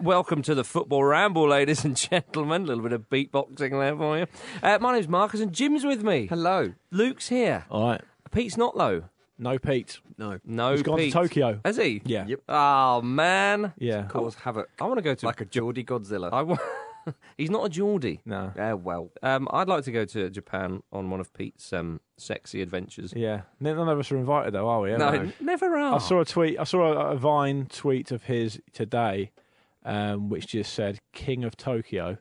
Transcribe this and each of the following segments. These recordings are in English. Welcome to the football ramble, ladies and gentlemen. A little bit of beatboxing there for you. Uh, my name's Marcus, and Jim's with me. Hello. Luke's here. All right. Pete's not low. No Pete. No. No, He's gone to Pete. Tokyo. Has he? Yeah. Yep. Oh man. Yeah. Cause havoc. I want to go to. Like a Geordie Godzilla. I wa- He's not a Geordie. No. yeah, well. Um, I'd like to go to Japan on one of Pete's um, sexy adventures. Yeah. None none of us are invited though, are we? No, Hello. never are. I saw a tweet. I saw a, a Vine tweet of his today, um, which just said "King of Tokyo,"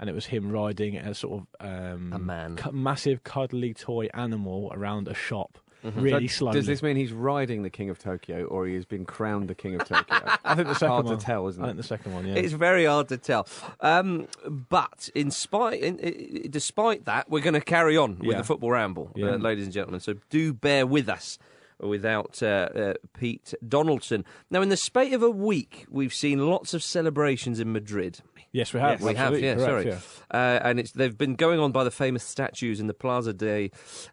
and it was him riding a sort of um, A man. cu- massive cuddly toy animal around a shop, Mm-hmm. really So slowly. Does this mean he's riding the King of Tokyo or he has been crowned the King of Tokyo? I think the second hard to one. tell, isn't I it? think the second one. Yeah. It's very hard to tell. Um, but in spite, in, i- despite that, we're going to carry on with Yeah. the football ramble, Yeah. uh, ladies and gentlemen. So do bear with us without uh, uh, Pete Donaldson. Now, in the spate of a week, we've seen lots of celebrations in Madrid. yes, we have. we have, absolutely yeah, correct, sorry. Uh, and it's, they've been going on by the famous statues in the Plaza de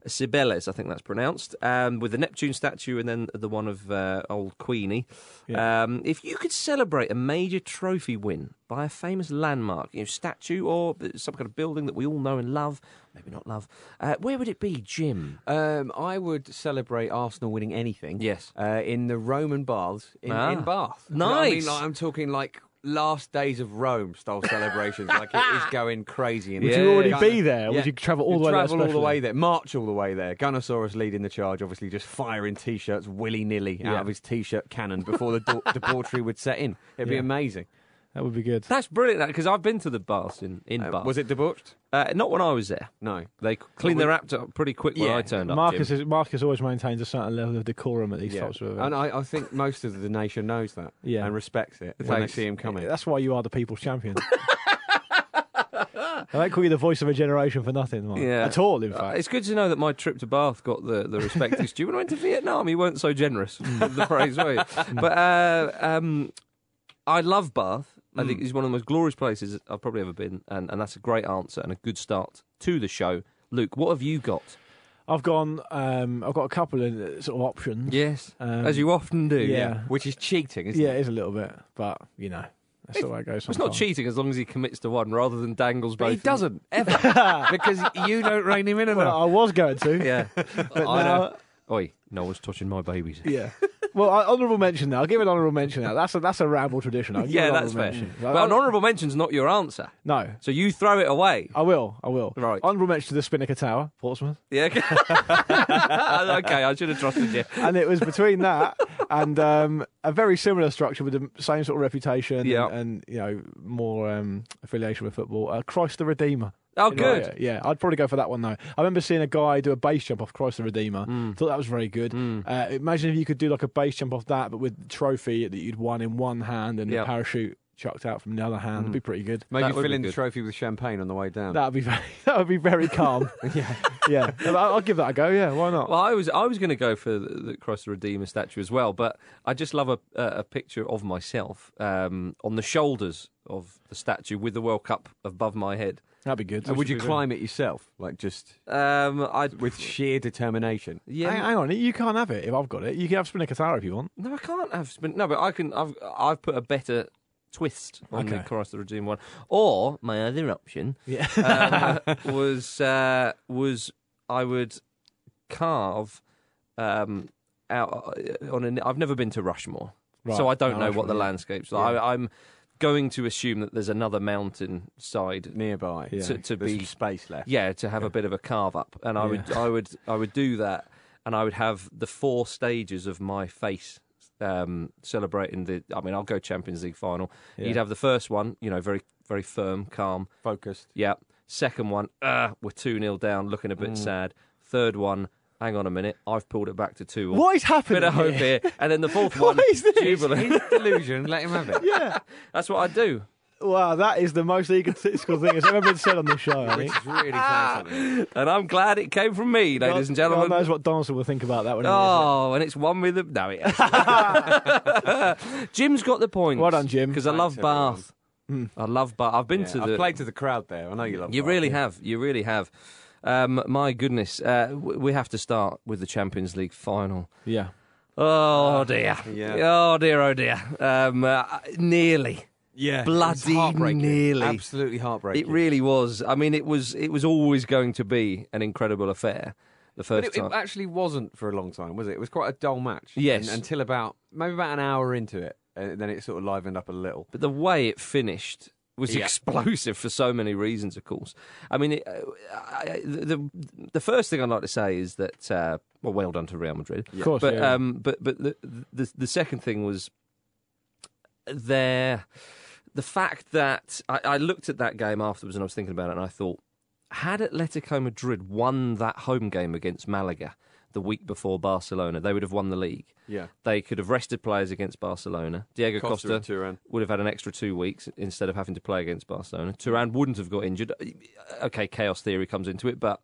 Cibeles, I think that's pronounced, um, with the Neptune statue and then the one of uh, old Queenie. Yeah. Um, if you could celebrate a major trophy win by a famous landmark, you know, statue or some kind of building that we all know and love, maybe not love, uh, where would it be, Jim? Um, I would celebrate Arsenal winning anything. Yes. Uh, in the Roman baths in, Ah. in Bath. You know what I mean? Nice. Like, I'm talking like last days of Rome style celebrations. like it is going crazy. In Would there. you already be there? Would you travel all You'd the way there Travel all the specially? way there. March all the way there. Gunnosaurus leading the charge, obviously just firing t-shirts willy nilly out Yeah. of his t-shirt cannon before the dau- debauchery would set in. It'd be Yeah. amazing. That would be good. That's brilliant, because I've been to the baths in, in Uh, Bath. was it debauched? Uh, not when I was there. No. They cleaned their act up pretty quick when Yeah. I turned up. Jim. Marcus is, Marcus always maintains a certain level of decorum at these Yeah. types of events. And I, I think most of the nation knows that Yeah. and respects it when Thanks. they see him coming. That's why you are the people's champion. I don't call you the voice of a generation for nothing, Mark. Yeah. At all, in Uh, fact. it's good to know that my trip to Bath got the, the respect it's due. When I went to Vietnam, he weren't so generous with the praise, were you? But uh, um, I love Bath. I Mm. think it's one of the most glorious places I've probably ever been. And, and that's a great answer and a good start to the show. Luke, what have you got? I've gone. Um, I've got a couple of uh, sort of options. Yes. Um, as you often do. yeah. Which is cheating, isn't Yeah, it? it is a little bit, but you know, that's the way it goes. It's not sometimes. cheating as long as he commits to one rather than dangles both. But he doesn't ever because you don't rein him in Well, enough. I was going to. Yeah. but I now- know. Oi, no one's touching my babies. Yeah. Well, I, honourable mention now. I'll give an honourable mention now. That's a that's a ramble tradition. I'll give Yeah, an that's honourable fair. mention. But I- an honourable mention's not your answer. No, So you throw it away. I will. I will. Right. Honourable mention to the Spinnaker Tower, Portsmouth. Yeah. okay. okay, I should have trusted you. and it was between that and um, a very similar structure with the same sort of reputation Yeah. and, and you know more um, affiliation with football. Uh, Christ the Redeemer. Oh, In good. Riot. Yeah, I'd probably go for that one though. I remember seeing a guy do a base jump off Christ the Redeemer. Hmm. Thought that was very good. Uh, imagine if you could do like a base jump off that, but with the trophy that you'd won in one hand and Yeah. Hmm. the parachute chucked out from the other hand. It'd be pretty good. Maybe That would fill be in the good. trophy with champagne on the way down. That'd be very, that would be very calm. yeah, yeah. I'll, I'll give that a go. Yeah, why not? Well, I was I was going to go for the, the Christ the Redeemer statue as well, but I just love a a a picture of myself um, on the shoulders of the statue with the World Cup above my head. That'd be good. and would you climb it yourself, like just Um, I with sheer determination? yeah. Hang, hang on, you can't have it if I've got it. You can have Spinnaker Tower if you want. No, I can't have spin. No, but I can. I've I've put a better twist on the Okay. Christ the Redeemer one. Or my other option Yeah. um, was uh, was I would carve um, out on an. I've never been to Rushmore, Right. so I don't No, know Rushmore, what the yeah. landscapes. Like. I, I'm going to assume that there's another mountain side nearby Yeah. to, to There's be some space left. yeah to have a bit of a carve up and i would i would i would do that and i would have the four stages of my face um celebrating the i mean i'll go champions league final you'd have the first one you know very very firm calm Focused. yeah second one uh we're 2 nil down looking a bit Mm. sad third one hang on a minute i've pulled it back to 2 all. What is happening? bit of hope here? here and then the fourth What one is this? jubilant His delusion, let him have it. Yeah. that's what i do Wow, that is the most egotistical thing that's ever been said on the show. I Which think. is really classy. and i'm glad it came from me ladies and gentlemen God knows what Donaldson will think about that when he hears it. Oh, and it's one with the no. It hasn't. Jim's got the point. Well done, Jim. Mm. Because I love everyone. Bath. I love Bath. I've been Yeah, to the. I've played to the crowd there. I know you love you Bath. really have. You really have. Um, my goodness, uh, w- we have to start with the Champions League final. Yeah. Oh dear. Uh, yeah. Oh dear. Oh dear. Um, uh, nearly. Yeah. Bloody It's heartbreaking. nearly. Absolutely heartbreaking. It really was. I mean, it was. It was always going to be an incredible affair. The But first it, time. it actually wasn't for a long time, was it? It was quite a dull match. Yes. And- until about maybe about an hour into it, and then it sort of livened up a little. But the way it finished was Yeah. explosive for so many reasons, of course. I mean, it, uh, I, I- the the first thing I'd like to say is that uh, well, well done to Real Madrid. Of course. But yeah. um, but but the, the the second thing was their the fact that I, I looked at that game afterwards and I was thinking about it and I thought, had Atletico Madrid won that home game against Malaga the week before Barcelona, they would have won the league. Yeah. They could have rested players against Barcelona. Diego Costa Costa, and Turan. would have had an extra two weeks instead of having to play against Barcelona. Turan wouldn't have got injured. Okay, chaos theory comes into it, but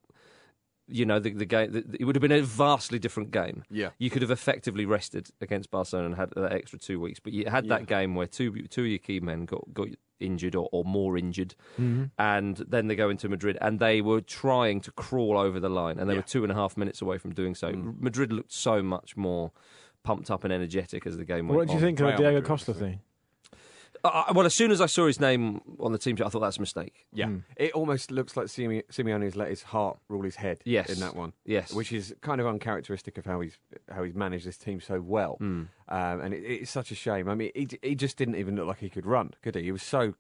you know the, the game the, it would have been a vastly different game. Yeah. you could have effectively rested against Barcelona and had that extra two weeks, but you had that game where two two of your key men got got injured or, or more injured, Mm-hmm. and then they go into Madrid and they were trying to crawl over the line, and they were two and a half minutes away from doing Mm. so. Madrid looked so much more. Pumped up and energetic as the game went what do you on. think of the Real Diego Madrid, Costa obviously. thing? Uh, well, as soon as I saw his name on the team sheet, I thought that's a mistake. Yeah. It almost looks like Sime- Simeone's let his heart rule his head Yes. in that one. Yes. Which is kind of uncharacteristic of how he's how he's managed this team so well. Hmm. Um, and it, it's such a shame. I mean, he, he just didn't even look like he could run, could he? He was so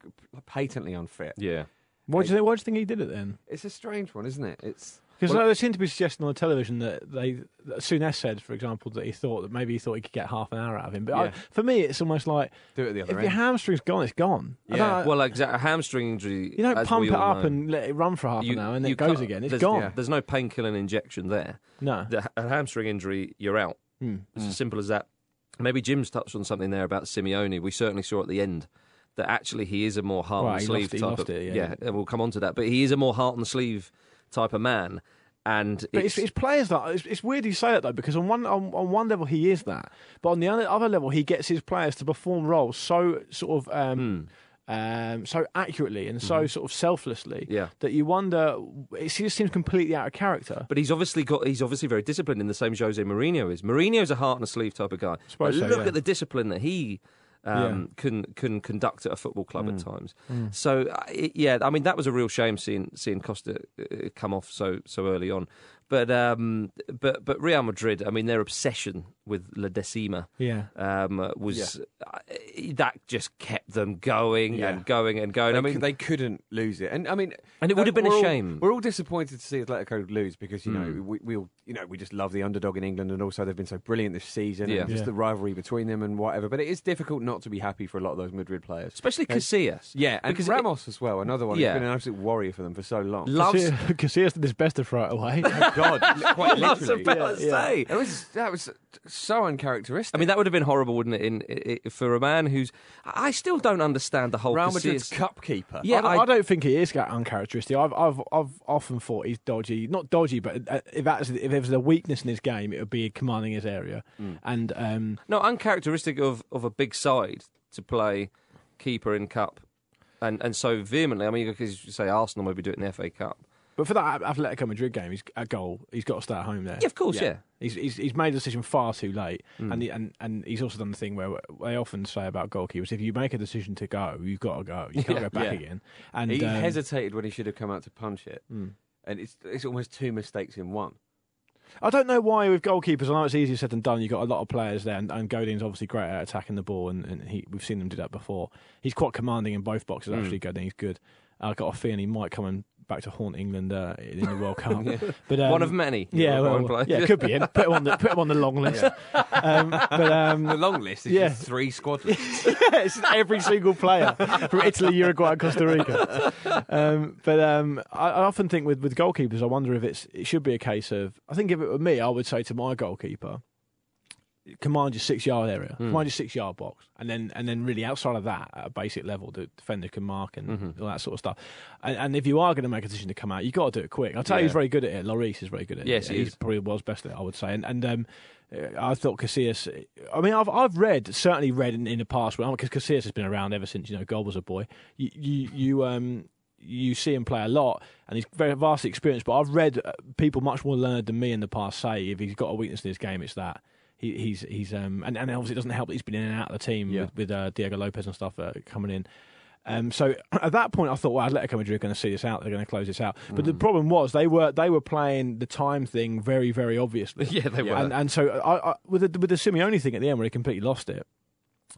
patently unfit. Yeah. What do you think? Why do you think he did it then? It's a strange one, isn't it? It's Because they seem to be suggesting on the television that they that Souness said, for example, that he thought that maybe he thought he could get half an hour out of him. But I, Yeah. for me, it's almost like do it at the if other your end. hamstring's gone, it's gone. I Yeah. don't- Well, exactly. A hamstring injury. you don't as pump we it all up know, and let it run for half you- an hour and then you it goes can't- again. It's there's, gone. yeah, there's no painkilling injection there. No. The, a hamstring injury, you're out. Hmm. It's as simple as that. Maybe Jim's touched on something there about Simeone. We certainly saw at the end that actually he is a more heart Right, and he sleeve lost it, he type lost of it, yeah. and we'll come on to that. But he is a more heart and sleeve type of man. And But it's, it's players that it's, it's weird you say that though because on one on, on one level he is that, but on the other, other level he gets his players to perform roles so sort of Hmm, um, um, so accurately and so sort of selflessly Mm-hmm. Yeah. that you wonder it just seems completely out of character. But he's obviously got. He's obviously very disciplined in the same Jose Mourinho is. Mourinho's a heart and a sleeve type of guy. But suppose so, look yeah. at the discipline that he um, can can conduct at a football club at times. So uh, it, yeah, I mean that was a real shame seeing seeing Costa uh, come off so so early on. But um, but but Real Madrid. I mean their obsession with La Decima Yeah, um, uh, was uh, that just kept them going Yeah. and going and going. They, I mean they couldn't lose it, and I mean, And it would have been a we're all- shame. Hmm. we're all disappointed to see Atletico lose because you know we, we all you know we just love the underdog in England, and also they've been so brilliant this season, Yeah. and just Yeah. the rivalry between them and whatever. But it is difficult not to be happy for a lot of those Madrid players, especially Casillas. Yeah, and Because it- Ramos as well, another one. Yeah. He's been an absolute warrior for them for so long. loves. Casillas did his best to throw it away. God, quite Loves literally. about to yeah. say. It was that was so uncharacteristic. I mean, that would have been horrible, wouldn't it? In, i i for a man who's, I still don't understand the whole. Real Casillas- Madrid's cupkeeper. Yeah, I, don't- I- I don't think he is that uncharacteristic. I've, I've, I've often thought he's dodgy. Not dodgy, but uh, if, that's, if there was a weakness in his game, it would be commanding his area. Hmm. And um, no uncharacteristic of of a big side to play keeper in cup, and and so vehemently. I mean, because you say Arsenal maybe do it in the FA Cup. But for that Atletico Madrid game, he's a goal. He's got to stay at home there. Yeah, of course, yeah. Mm. He's, he's, he's made a decision far too late, and, he, and and he's also done the thing where they often say about goalkeepers: if you make a decision to go, you've got to go. You can't go back Yeah. again. And he um, Hmm. hesitated when he should have come out to punch it, and it's it's almost two mistakes in one. I don't know why with goalkeepers. I know it's easier said than done. You've got a lot of players there, and, and Godin's obviously great at attacking the ball, and, and he, we've seen them do that before. He's quite commanding in both boxes. Mm. Actually, Godin, he's good. I've got a feeling he might come and back to haunt England uh, in the World Cup. But um, One of many. Yeah, One well, player. yeah, it could be him. Put him on the put him on the long list. um, but um, The long list is Yeah. just three squadrons. it's every single player from Italy, Uruguay, and Costa Rica. Um, but um, I, I often think with, with goalkeepers, I wonder if it's it should be a case of. I think if it were me, I would say to my goalkeeper, command your six yard area, command your six yard box, and then and then really outside of that, at a basic level, the defender can mark and all that sort of stuff. And, and if you are going to make a decision to come out, you have got to do it quick. I tell you, he's very good at it. Lloris is very good at Yes, it. he he's is. probably the world's best at it, I would say. And and um, uh, I thought Casillas. I mean, I've I've read certainly read in, in the past because Casillas has been around ever since you know Gold was a boy. You you, you um. You see him play a lot, and he's very vastly experienced. But I've read uh, people much more learned than me in the past say if he's got a weakness in his game, it's that he, he's he's um and, and obviously it doesn't help that he's been in and out of the team with, with uh, Diego Lopez and stuff uh, coming in. Um, so at that point, I thought, well, Atletico Madrid are going to see this out. They're going to close this out. But Mm. the problem was they were they were playing the time thing very very obviously. Yeah, they were. And, and so I, I, with the, with the Simeone thing at the end where he completely lost it.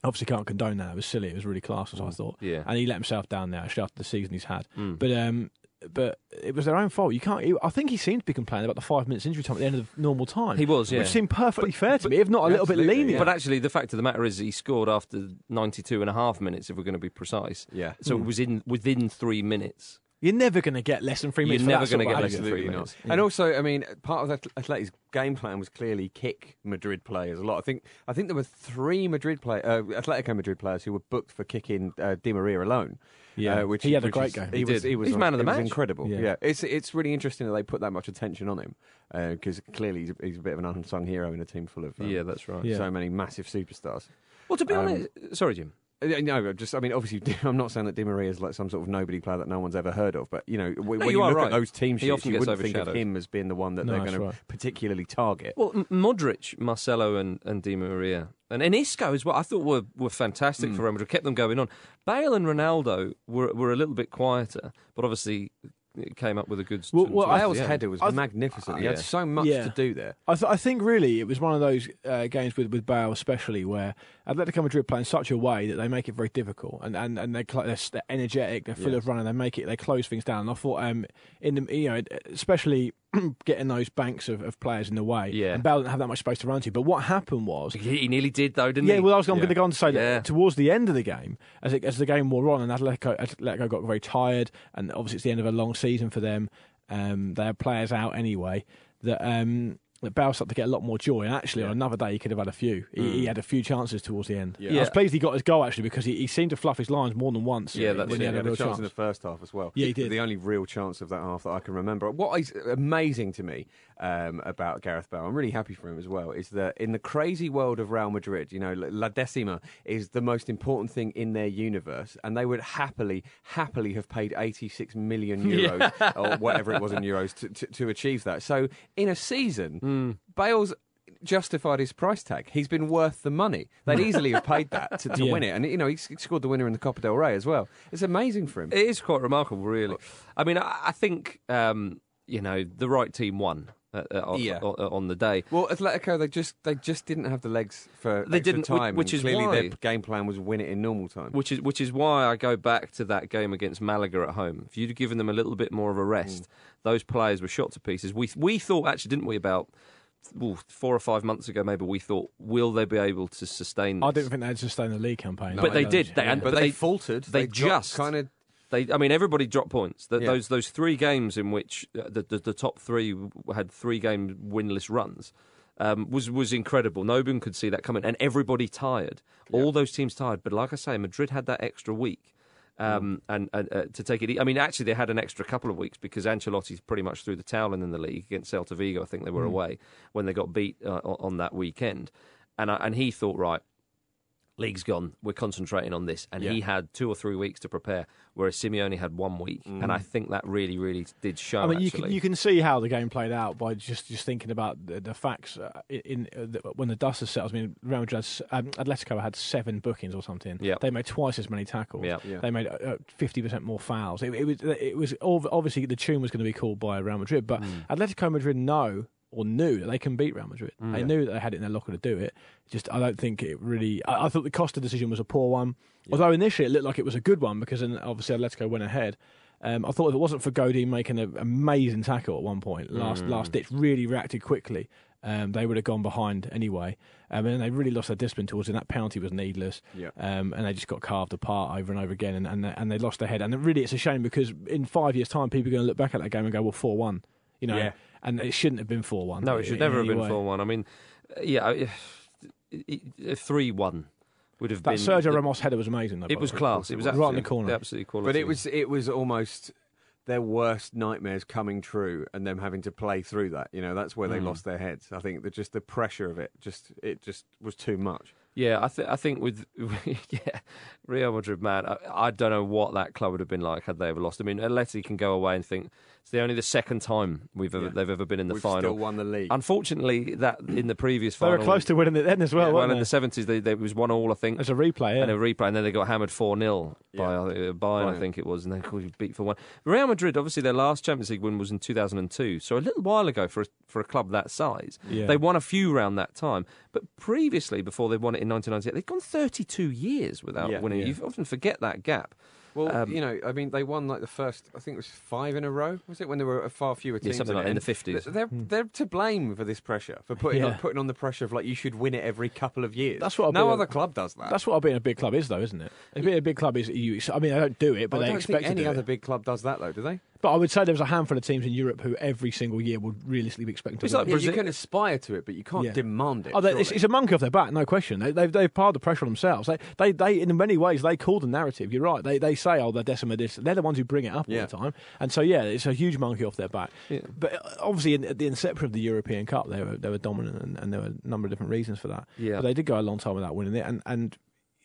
Obviously, can't condone that. It was silly. It was really classless. Mm. I thought. Yeah. And he let himself down there actually after the season he's had. Mm. But um, but it was their own fault. You can't. I think he seemed to be complaining about the five minutes injury time at the end of the normal time. He was, yeah. Which seemed perfectly fair to me, if not a little bit lenient. But actually, the fact of the matter is, he scored after 92 and a half minutes, if we're going to be precise. Yeah. So it was in within three minutes. You're never going to get less than three You're minutes. never going to get less than Absolutely three not. minutes. And also, I mean, part of Atl- Atleti's game plan was clearly kick Madrid players a lot. I think I think there were three Madrid play, uh, Atletico Madrid players who were booked for kicking uh, Di Maria alone. Yeah. uh, which He had a which great is- game. He, He was did. he was He's man of the he was match. incredible. Yeah. Yeah. it's it's really interesting that they put that much attention on him because clearly he's, he's a bit of an unsung hero in a team full of um, that's right. Yeah. so many massive superstars. Well, to be Um, honest, sorry, Jim. Uh, No, I'm just I mean, obviously, I'm not saying that Di Maria is like some sort of nobody player that no one's ever heard of, but you know, w- No, when you you, are look right. at those team He sheets, often you gets wouldn't think of overshadowed. him as being the one that No, they're that's going to right. particularly target. Well, M- Modric, Marcelo, and, and Di Maria, and, and Isco as well. I thought were were fantastic Hmm. for Real Madrid. Kept them going on. Bale and Ronaldo were were a little bit quieter, but obviously it came up with a good. Well- sort of well, towards the Bale's end. header was I th- magnificent. He Yeah. had so much Yeah. to do there. I, th- I think really it was one of those uh, games with, with Bale especially where Atletico Madrid play in such a way that they make it very difficult and and, and they cl- they're, s- they're energetic, they're full of running, they make it, they close things down. And I thought um in the you know especially getting those banks of, of players in the way, Yeah. and Bale didn't have that much space to run to. But what happened was He, he nearly did though, didn't yeah, he? well, I was, I'm going to go on to say that Yeah. towards the end of the game, as it, as the game wore on, and Atletico, Atletico got very tired, and obviously it's the end of a long season for them. Um, they had players out anyway. That um, that Bale started to get a lot more joy. And actually, on another day, he could have had a few. He, he had a few chances towards the end. I Mm. Yeah. was pleased he got his goal actually because he, he seemed to fluff his lines more than once. Yeah, that's when it. he had he a had a real chance chance. in the first half as well. Yeah, he did. The only real chance of that half that I can remember. What is amazing to me um, about Gareth Bale, I'm really happy for him as well, is that in the crazy world of Real Madrid, you know, La Decima is the most important thing in their universe, and they would happily, happily have paid 86 million euros or whatever it was in euros to, to, to achieve that. So in a season, Hmm. Bale's justified his price tag. He's been worth the money. They'd easily have paid that to, to Yeah. win it. And, you know, he s- scored the winner in the Copa del Rey as well. It's amazing for him. It is quite remarkable, really. I mean, I, I think um, you know the right team won uh, uh, on, Yeah. on, on the day. well, Atletico, they just they just didn't have the legs for They extra didn't, whi- time. which and is clearly why- their game plan was win it in normal time. Which is which is why I go back to that game against Malaga at home. If you'd given them a little bit more of a rest, those players were shot to pieces. We we thought actually, didn't we? About ooh, four or five months ago, maybe we thought, will they be able to sustain? This? I didn't think they'd sustain the league campaign, But they did. They- yeah. but they- faltered. they just- kind of They, I mean, everybody dropped points. Th Yeah. Those those three games in which uh, the, the the top three w- had three game winless runs um, was was incredible. No one could see that coming, and everybody tired. All those teams tired. But like I say, Madrid had that extra week. Mm. Um, and, and uh, to take it, e- I mean, actually, they had an extra couple of weeks because Ancelotti's pretty much threw the towel in in the league against Celta Vigo. I think they were Mm. away when they got beat uh, o- on that weekend, and I, and he thought, right, league's gone. We're concentrating on this. And he had two or three weeks to prepare, whereas Simeone had one week. And I think that really, really did show. Mm. I mean, you actually. can, you can see how the game played out by just, just thinking about the, the facts uh, in uh, the, when the dust has settled. I mean, Real Madrid, um, Atletico had seven bookings or something. Yeah. They made twice as many tackles. Yeah. They made uh, fifty percent more Mm. fouls. It, it was it was ob- obviously the tune was going to be called by Real Madrid, but Atletico Madrid know or knew that they can beat Real Madrid. Mm. They knew that they had it in their locker to do it. Just I don't think it really. I, I thought the Costa decision was a poor one, although initially it looked like it was a good one because then obviously Atletico went ahead. Um, I thought if it wasn't for Godin making an amazing tackle at one point, last Mm. last ditch, really reacted quickly. Um, they would have gone behind anyway, um, and they really lost their discipline towards it. That penalty was needless, Yeah. um, and they just got carved apart over and over again, and and they, and they lost their head. And it really, it's a shame because in five years' time, people are going to look back at that game and go, "Well, four one," you know, Yeah. and it shouldn't have been four one. No, it should never have been four one. I mean, uh, yeah, three one would have That been. Sergio the- Ramos header was amazing. Though, by It the was way. class. It was Right in the absolutely, corner. absolutely quality. But it was it was almost their worst nightmares coming true, and them having to play through that. You know, that's where Mm. they lost their heads. I think that just the pressure of it, just it just was too much. Yeah, I think I think with yeah, Real Madrid, man, I, I don't know what that club would have been like had they ever lost. I mean, Atleti can go away and think it's the only the second time we've ever, Yeah. they've ever been in the We've final. still won the league. Unfortunately, that in the previous They final, were close to winning it then as well. well, weren't in they? the seventies, they, they it was one all, I think. As a replay, yeah. and a replay, and then they got hammered 4 0 by Yeah. I think, uh, Bayern, I Bayern. think it was, and then course, you beat for one. Real Madrid, obviously, their last Champions League win was in 2002, so a little while ago for a, for a club that size. Yeah. They won a few round that time, but previously, before they won it in 1998, they'd gone 32 years without Yeah. winning. Yeah. You often forget that gap. Well, Um, you know, I mean, they won like the first, I think it was five in a row. Was it when there were far fewer Yeah, teams? something than like it? in the 50s. They're they're to blame for this pressure for putting on, Hmm. Yeah. putting on the pressure of like you should win it every couple of years. That's what I've no been- other club does that. That's what being a big club is, though, isn't it? A bit of a big club is you. I mean, they don't do it, but I they don't expect think any to do other it. big club does that though, do they? But I would say there was a handful of teams in Europe who every single year would realistically be expecting to. It's win like it. Yeah, Brazil- you can aspire to it, but you can't Yeah. demand it. Oh, they, it's, surely. it's a monkey off their back, no question. They, they've, they've piled the pressure on themselves. They, they, they, in many ways, they call the narrative. You're right. They, they say, oh, they're decima this. They're the ones who bring it up Yeah. all the time. And so, yeah, it's a huge monkey off their back. But uh, obviously, in, at the inception of the European Cup, they were, they were dominant, and, and there were a number of different reasons for that. Yeah. But they did go a long time without winning it. And, and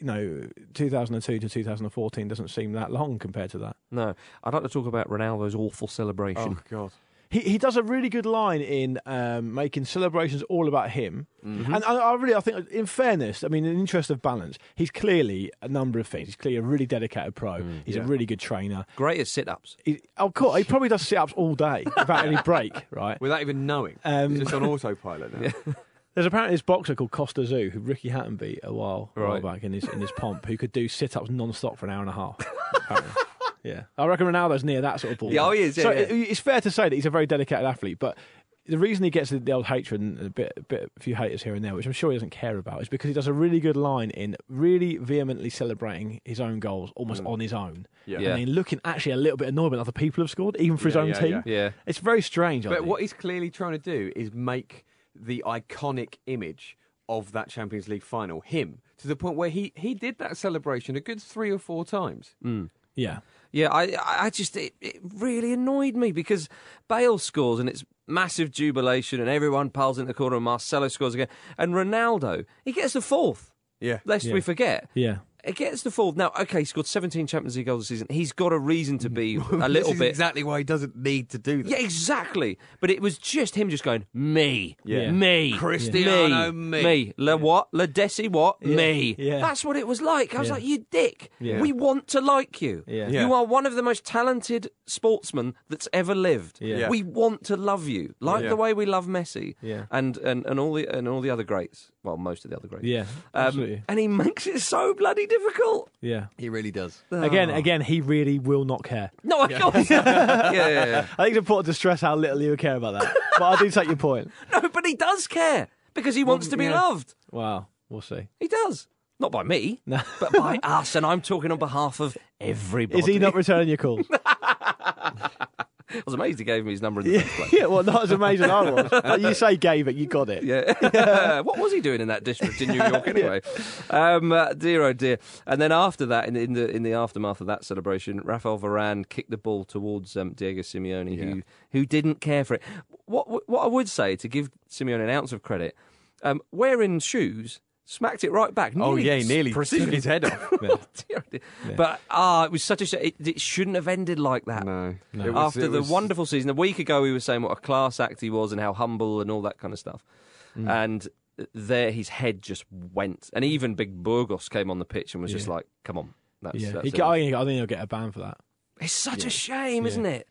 you know, 2002 to 2014 doesn't seem that long compared to that. No, I'd like to talk about Ronaldo's awful celebration. oh god. He, he does a really good line in um, making celebrations all about him, and I, I really I think in fairness, I mean in interest of balance, he's clearly a number of things. He's clearly a really dedicated pro. he's a really good trainer. Great at sit ups. He, of course, he probably does sit ups all day without any break, right? Without even knowing, Um, it's just on autopilot now. There's apparently this boxer called Costa Zoo who Ricky Hatton beat a while, a while Right. back in his in his pomp who could do sit ups non stop for an hour and a half. apparently. yeah, I reckon Ronaldo's near that sort of ball. Yeah, oh, he is, yeah, so yeah. it- it's fair to say that he's a very dedicated athlete, but. The reason he gets the, the old hatred and a bit, a bit, a few haters here and there, which I'm sure he doesn't care about, is because he does a really good line in really vehemently celebrating his own goals almost on his own. Yeah. And Mm. Yeah. then looking actually a little bit annoyed when other people have scored, even for his Yeah, own yeah, team. yeah. Yeah. It's very strange. I But think. what he's clearly trying to do is make the iconic image of that Champions League final him to the point where he he did that celebration a good three or four times. Yeah. Yeah, I, I I just it, it really annoyed me because Bale scores and it's massive jubilation and everyone piles in the corner and Marcelo scores again and Ronaldo he gets the fourth. Yeah. Lest we forget, Yeah. he gets the fourth. Now, okay, he scored 17 Champions League goals this season. He's got a reason to be a little bit. exactly why he doesn't need to do that. Yeah, exactly. But it was just him just going, me, Yeah. me, Cristiano, me, me." me, La what, La Desi what, me. Yeah. That's what it was like. I was Yeah. like, you dick. We want to like you. Yeah. Yeah. You are one of the most talented sportsmen that's ever lived. Yeah. We want to love you, like Yeah. the way we love Messi Yeah. and, and, and all the and all the other greats. Well, most of the other greats. Yeah. Um, Absolutely. and he makes it so bloody difficult. yeah. He really does. Again, again, he really will not care. No, I can't. yeah, yeah, yeah. I think it's important to stress how little he would care about that. but I do take your point. No, but he does care because he wants to be yeah. loved. Wow, we'll see. He does. Not by me, but by us, and I'm talking on behalf of everybody. Is he not returning your calls? I was amazed he gave me his number in the first place. yeah, well, not as amazing as I was. Like, you say gave it, you got it. Yeah. what was he doing in that district in New York anyway? um, uh, dear, oh dear. And then after that, in, in the in the aftermath of that celebration, Rafael Varane kicked the ball towards um, Diego Simeone, who who didn't care for it. What what I would say to give Simeone an ounce of credit, um, wearing shoes. Smacked it right back. Oh yeah, he nearly precision. took his head off. Dear, dear. But ah, it was such a. sh- It, it shouldn't have ended like that. no. It was- After it the was- wonderful season, a week ago we were saying what a class act he was and how humble and all that kind of stuff, Mm. and there his head just went. And even Big Burgos came on the pitch and was just Yeah. like, "Come on, that's, Yeah. that's He it." got- I think I think he'll get a ban for that. it's such a shame, isn't it?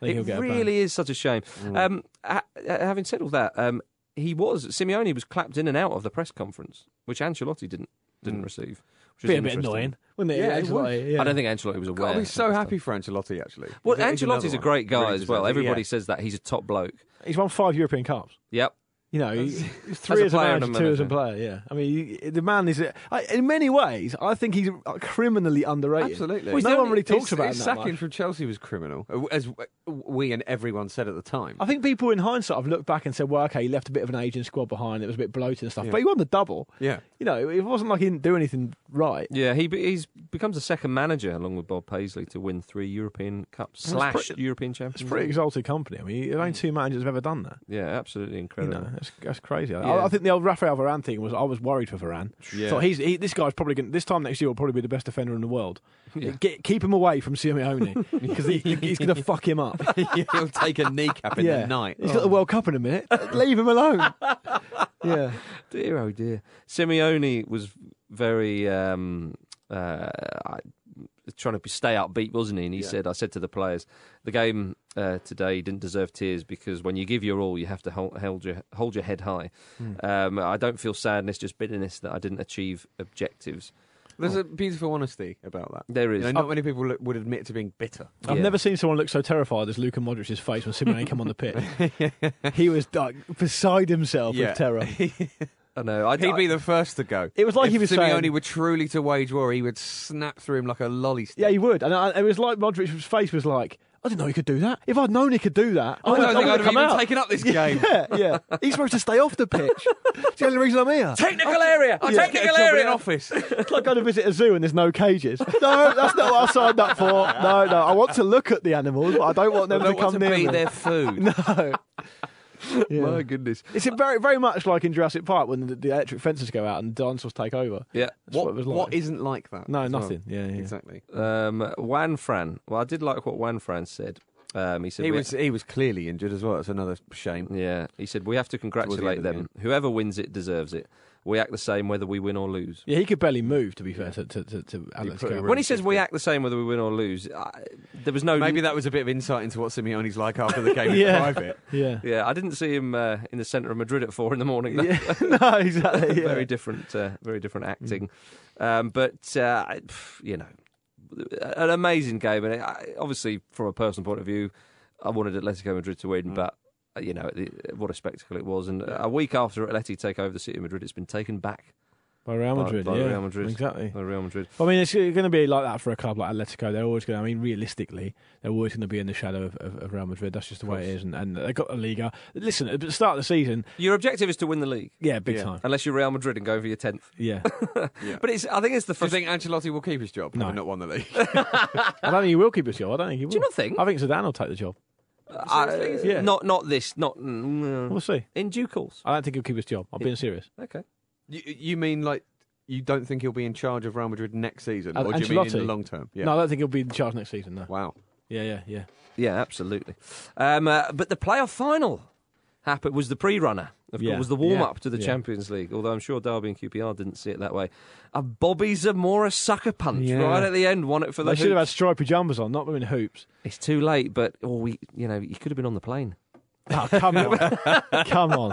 think he'll it get a Mm. ban. really is such a shame. Um, ha- ha- having said all that, um, he was Simeone was clapped in and out of the press conference, which Ancelotti didn't didn't receive. Which is Be Mm. a bit interesting. annoying, wouldn't it? Yeah, it Ancelotti, would. yeah. I don't think Ancelotti was aware. I'll be so of that. happy for Ancelotti actually. Well, He's a- he's Ancelotti's another a great guy one. Really as well. deserves it, Everybody yeah. says that he's a top bloke. He's won five European Cups. Yep. You know, he- he's three as as a a player and manager, a two as a manager. player. Yeah, I mean, you- the man is. I- In many ways, I think he's criminally underrated. Absolutely. Which no, one really talks his, about his him that sacking much. from Chelsea was criminal, as w- we and everyone said at the time. I think people in hindsight have looked back and said, "Well, okay, he left a bit of an aging squad behind. It was a bit bloated and stuff." But he won the double. Yeah. you know, it wasn't like he didn't do anything right. Yeah, he be- he's becomes the second manager along with Bob Paisley to win three European Cups slash pretty- European It's Champions. pretty League. exalted company. I mean, only two managers have ever done that. Yeah, absolutely You incredible. know, that's, that's crazy. Yeah. I, I think the old Rafael Varane thing was I was worried for Varane. Yeah. So he's he, this guy's probably going this time next year will probably be the best defender in the world. Yeah. Get, keep him away from Simeone because he, he's going to fuck him up. He'll take a kneecap in yeah, the night. He's got the World Cup in a minute. Leave him alone. yeah, Dear oh dear. Simeone was very um, uh, I- trying to be- stay upbeat, wasn't he? And he said, "I said to the players, the game uh, today didn't deserve tears because when you give your all, you have to hold, hold your hold your head high. Hmm. Um, I don't feel sadness, just bitterness that I didn't achieve objectives. Oh. There's a beautiful honesty about that. There You is know, not many people look- would admit to being bitter. I've Yeah. never seen someone look so terrified as Luka Modric's face when Simeone came on the pitch. he was like, beside himself Yeah. with terror. I know. I, He'd be the first to go. It was like if he was Simeone saying- were truly to wage war, he would snap through him like a lolly stick. Yeah, he would. And I, it was like Modric's face was like, I didn't know he could do that. If I'd known he could do that, I, I would don't think I'd have have come even out. taken up this Yeah, game. Yeah, yeah. He's supposed to stay off the pitch. It's the only reason I'm here. Technical area. I'll just get a Technical job in an area. office. It's like going to visit a zoo and there's no cages. No, that's not what I signed up for. No, no. I want to look at the animals, but I don't want them I don't to want come to near be me. their food. No. Yeah. My goodness. It's a very, very much like in Jurassic Park when the, the electric fences go out and the dinosaurs take over. Yeah. That's what, What, it was like. what isn't like that? no, as well? nothing. Yeah, yeah. Exactly. Um, Wan Fran. Well, I did like what Wan Fran said. Um, he said He we- was he was clearly injured as well. That's another shame. Yeah, he said we have to end congratulate of the them. Whoever wins it deserves it. We act the same whether we win or lose. Yeah, he could barely move, to be fair, to, to, to, to Alex pretty Garrett. Well, When he says we act the same whether we win or lose, I, there was no Maybe that was a bit of insight into what Simeone's like after the game in Yeah. private. Yeah. Yeah, I didn't see him uh, in the centre of Madrid at four in the morning. though. yeah. no, exactly. Yeah. Mm. very different, uh, very different acting. Um, but uh, I- pff, you know, an amazing game, and I, obviously from a personal point of view, I wanted Atletico Madrid to Mm. win, but. uh, You know the, what a spectacle it was, and a week after Atleti take over the city of Madrid, it's been taken back By Real By- Madrid, by yeah, Real Madrid. exactly. by Real Madrid. I mean, it's going to be like that for a club like Atletico. They're always going. to, I mean, realistically, they're always going to be in the shadow of, of, of Real Madrid. That's just the way it is, and, and they got the Liga. Listen, at the start of the season, Your objective is to win the league, yeah, big Yeah. time. unless you're Real Madrid and going for your tenth. Yeah, But it's, I think it's the Do you first. think Ancelotti will keep his job? No. Having not won the league. I don't think he will keep his job. I don't think he will. Do you not think? I think Zidane will take the job. I- Yeah. Not not this. Not mm, We'll see. in due course. I don't think he'll keep his job. I'm being serious. Okay. you, you mean like you don't think he'll be in charge of Real Madrid next season, An- or do you mean in the Ancelotti? long term? Yeah. No, I don't think he'll be in charge next season. No. Wow. Yeah, yeah, yeah. Yeah, absolutely. Um, uh, but the playoff final happened was the pre-runner. Of Yeah. course, was the warm-up Yeah. to the Yeah. Champions League. Although I'm sure Derby and QPR didn't see it that way. A Bobby Zamora sucker punch Yeah. right at the end won it for the. They should have had hoops. stripy jumpers on, not in hoops. It's too late, but or we, you know, you could have been on the plane. Oh, come on, come on.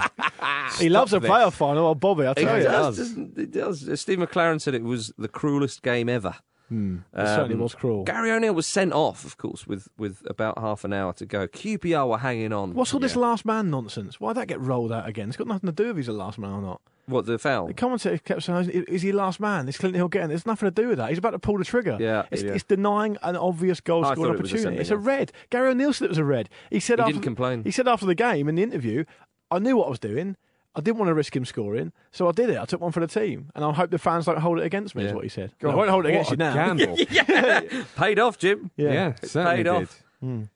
he loves a this. playoff final, oh, Bobby. I It tell you, does, doesn't- it does. Uh, Steve McLaren said it was the cruelest game ever. Hmm. it certainly Um, was cruel. Gary O'Neill was sent off, of course, with, with about half an hour to go. QPR were hanging on. What's all this last man nonsense? Why'd that get rolled out again? It's got nothing to do with he's a last man or not. What, the foul? The commentator kept saying, "Is- "Is he last man? Is Clinton Hill getting?" It's nothing to do with that. He's about to pull the trigger. Yeah, it's, yeah. it's denying an obvious goal I scoring thought it was a opportunity. It's a sending red. Gary O'Neill said it was a red. He said He after didn't complain. He said after the game in the interview, "I knew what I was doing. I didn't want to risk him scoring, so I did it. I took one for the team, and I hope the fans don't hold it against me." Is Yeah. what he said. I won't hold it What against a you now. Gamble. yeah, Paid off, Jim. Yeah. it certainly paid did. off.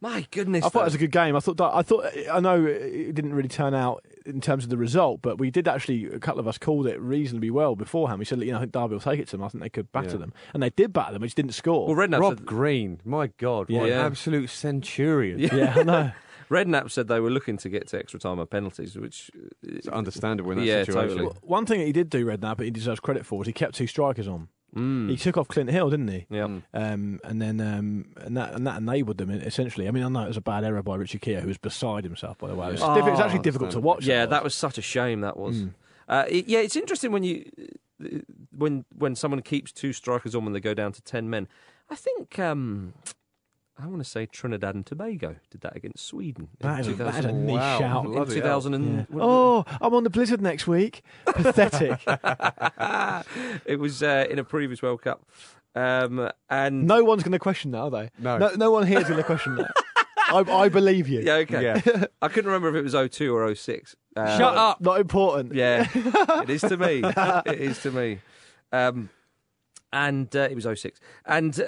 My goodness. I thought it though. was a good game. I thought that, I thought I know it didn't really turn out in terms of the result, but we did actually a couple of us called it reasonably well beforehand. We said, you know, I think Derby will take it to them. I think they could batter Yeah. them, and they did batter them, which didn't score. Well, Redknapp Rob said, Green, my God, what Yeah. an absolute centurion. yeah, I know. Redknapp said they were looking to get to extra time and penalties, which uh, It's understandable in that Yeah, situation. totally. One thing that he did do, Redknapp, but he deserves credit for, was he kept two strikers on. He took off Clint Hill, didn't he? Mm. Yeah. Um, and then um, and that and that enabled them essentially. I mean, I know it was a bad error by Richie Keogh, who was beside himself by the way. It was, Yeah. diff- it Mm. was Oh, actually difficult to watch. Yeah, that was such a shame. That was. Uh, it- yeah, it's interesting when you uh, when when someone keeps two strikers on when they go down to ten men. I think um, I want to say Trinidad and Tobago did that against Sweden. in That is a- that is a 2000 niche Wow. shout. in bloody 2000 and Yeah. what- Oh, I'm on the Blizzard next week. Pathetic. Oh. it was uh, in a previous World Cup, um, and No one's going to question that, are they? No. No, no one here is going to question that. I, I believe you. yeah, okay, Yeah. I couldn't remember if it was 02 or 06. Uh, Shut up. Not important. Yeah, it is to me. It is to me. Um, and uh, it was 06. And uh,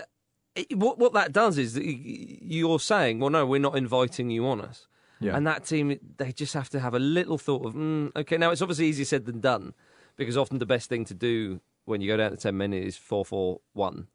it, what what that does is that y- y- you're saying, well, no, we're not inviting you on us. Yeah. And that team, they just have to have a little thought of, mm, okay, now it's obviously easier said than done because often the best thing to do when you go down to 10 men is 4 4 1.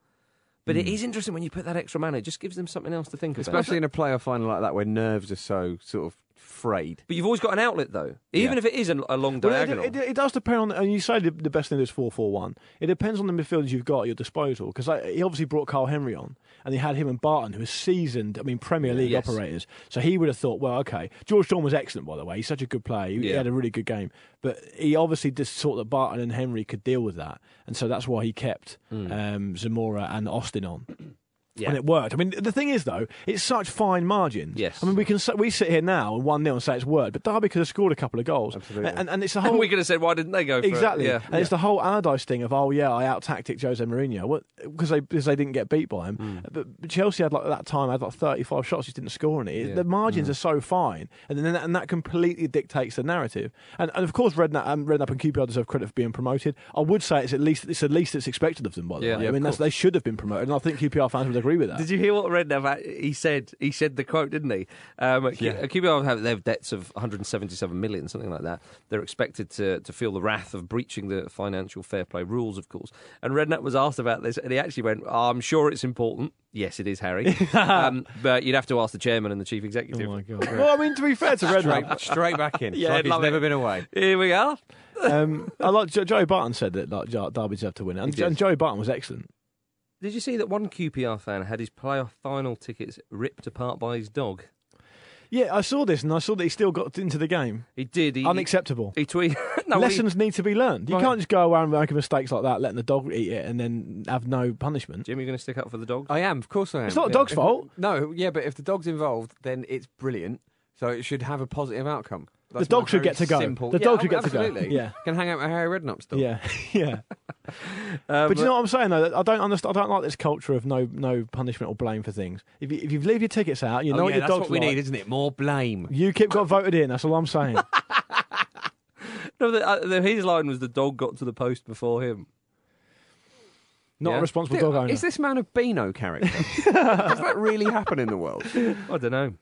But it is interesting when you put that extra man, it just gives them something else to think about. Hmm. Especially in a playoff final like that where nerves are so sort of frayed. but you've always got an outlet, though, even Yeah. if it is a, a long Well, it- diagonal. it, it, does depend on, and you say the, the best thing is 4 4 1. It depends on the midfielders you've got at your disposal because he obviously brought Carl Henry on and he had him and Barton, who are seasoned, I mean, Premier League Yes. operators. So he would have thought, well, okay. George John was excellent, by the way. He's such a good player. He, he Yeah. had a really good game. But he obviously just thought that Barton and Henry could deal with that. And so that's why he kept Mm. um, Zamora and Austin on. Yeah. And it worked. I mean, the thing is, though, it's such fine margins. Yes. I mean, we can say, we sit here now and 1 0 and say it's worked, but Derby could have scored a couple of goals. Absolutely. And, and it's the and whole. we could have said, why didn't they go for it? Exactly. Yeah. And it's the whole Allardyce thing of, oh, yeah, I out tactic Jose Mourinho because they, because they didn't get beat by him. Mm. But, but Chelsea had, like, at that time, had like 35 shots, just didn't score any. It- The Mm. margins are so fine. And then that, and that completely dictates the narrative. And, and of course, Redknapp, um, Redknapp and QPR deserve credit for being promoted. I would say it's at least it's at least it's expected of them, by the Yeah. way. Yeah, I of mean, that's, they should have been promoted. And I think QPR fans would agree with that. Did you hear what Redknapp he said? He said the quote, didn't he? Um, yeah. QPR have they have debts of 177 million, something like that. They're expected to to feel the wrath of breaching the financial fair play rules, of course. And Redknapp was asked about this, and he actually went, "Oh, "I'm sure it's important. Yes, it is, Harry. um, but you'd have to ask the chairman and the chief executive." Oh God. well, I mean, to be fair to Redknapp, Straight, straight back in. It's Yeah, like he's love it. never been away. Here we are. um, I like Jo- Joey Barton said that like Jo- Derby deserved to win it, and, He did. and Joey Barton was excellent. Did you see that one QPR fan had his playoff final tickets ripped apart by his dog? Yeah, I saw this, and I saw that he still got into the game. He did. He, Unacceptable. He, tweeted. no, he- Lessons need to be learned. You Right. can't just go around making mistakes like that, letting the dog eat it, and then have no punishment. Jim, you going to stick up for the dog? I am, of course I am. It's not a Yeah. dog's If- fault. No, yeah, but if the dog's involved, then it's brilliant. So it should have a positive outcome. That's dog my should get very to go. Simple. The Yeah, dog oh, should get to go. absolutely. Yeah. Can hang out with Harry Redknapp's dog. Yeah, yeah. Um, uh, but you know what I'm saying though. I don't understand. I don't like this culture of no, no punishment or blame for things. If you, if you leave your tickets out, you know Oh, what yeah, your that's dog's what we like. need, isn't it? More blame. UKIP got voted in. That's all I'm saying. No, the, uh, the, his line was the dog got to the post before him. Not Yeah. a responsible dog owner. Is this man a Beano character? Does that really happen in the world? I don't know.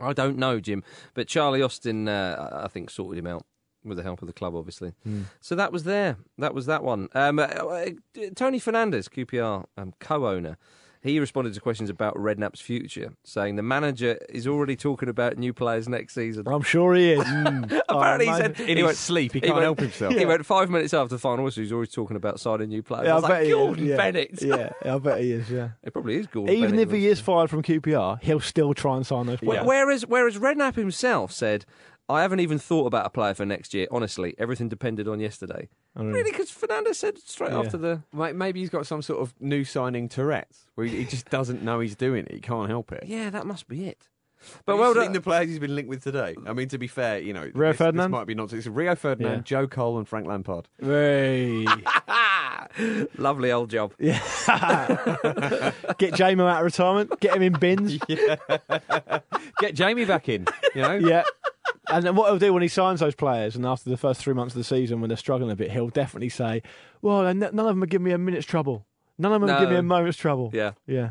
I don't know, Jim. But Charlie Austin, uh, I- I think, sorted him out with the help of the club, obviously. So that was there. That was that one. Um, uh, uh, Tony Fernandez, QPR um, co-owner, he responded to questions about Redknapp's future, saying the manager is already talking about new players next season. I'm sure he is. Apparently, Oh, he man. said In his sleep, he can't went- help himself. He went five minutes after the final whistle. He's always talking about signing new players. Yeah, I was like, he is, Gordon yeah. Bennett. Yeah, I bet he is. Yeah. It probably is Gordon. Even Bennett, if he is fired from QPR, he'll still try and sign those Wh- players. Whereas, whereas Redknapp himself said, "I haven't even thought about a player for next year. Honestly, everything depended on yesterday." Really, because Fernandez said straight Hmm. Yeah. after the. Mate, maybe he's got some sort of new signing Tourette's where he he just doesn't know he's doing it. He can't help it. Yeah, that must be it. But But well seen done. the players he's been linked with today. I mean, to be fair, you know, Rio this, Ferdinand? this might be nonsense. It's Rio Ferdinand, Yeah. Joe Cole, and Frank Lampard. Hey. Lovely old job. Get JMO out of retirement. Get him in bins. Get Jamie back in. You know, yeah. And then what he'll do when he signs those players, and after the first three months of the season, when they're struggling a bit, he'll definitely say, "Well, n- none of them have given me a minute's trouble. None of them have given me a No. moment's trouble." Yeah. yeah.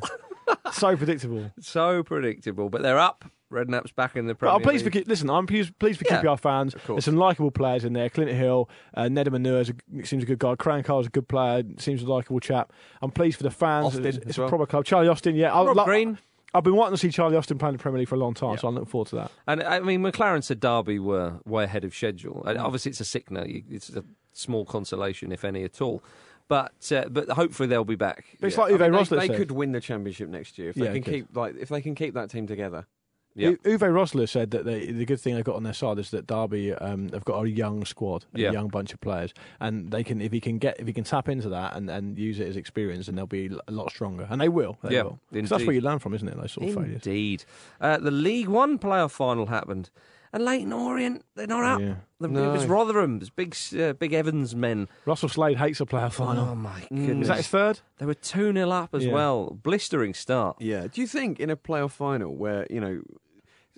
so predictable. So predictable, but they're up. Redknapp's back in the But Premier. I'm pleased for League. Q- listen. I'm pleased, pleased for Yeah, QPR fans. There's some likable players in there. Clint Hill, uh, Ned Manure seems a good guy. Cran Carl's a good player. Seems a likable chap. I'm pleased for the fans. Austin it's as it's well. a proper club. Charlie Austin, yeah. I, Rob Green. I've been wanting to see Charlie Austin playing in the Premier League for a long time, so I'm looking forward to that. And I mean, McLaren said Derby were Hmm. way ahead of schedule. And obviously, it's a sick note. You- It's a small consolation, if any at all. But uh, but hopefully they'll be back. But it's Yeah. like Uwe I mean, Rosler they, they said. could win the championship next year if they Yeah, can they could. keep like if they can keep that team together. Yeah. U- Uwe Rosler said that they, the good thing they've got on their side is that Derby um, have got a young squad, a Yeah. young bunch of players, and they can if he can get if he can tap into that and, and use it as experience, then they'll be l- a lot stronger, and they will. They Yeah, will. 'Cause that's indeed. where you learn from, isn't it? Those sort of failures. Indeed. Uh, the League One playoff final happened. And Leighton Orient, they're not up. Yeah. The- It No. was Rotherham, it was big, uh, big Evans men. Russell Slade hates a player Oh, final. Mm. my Mm. goodness. Is that his third? They were 2 0 up as Yeah. well. Blistering start. Yeah. Do you think in a playoff final where you know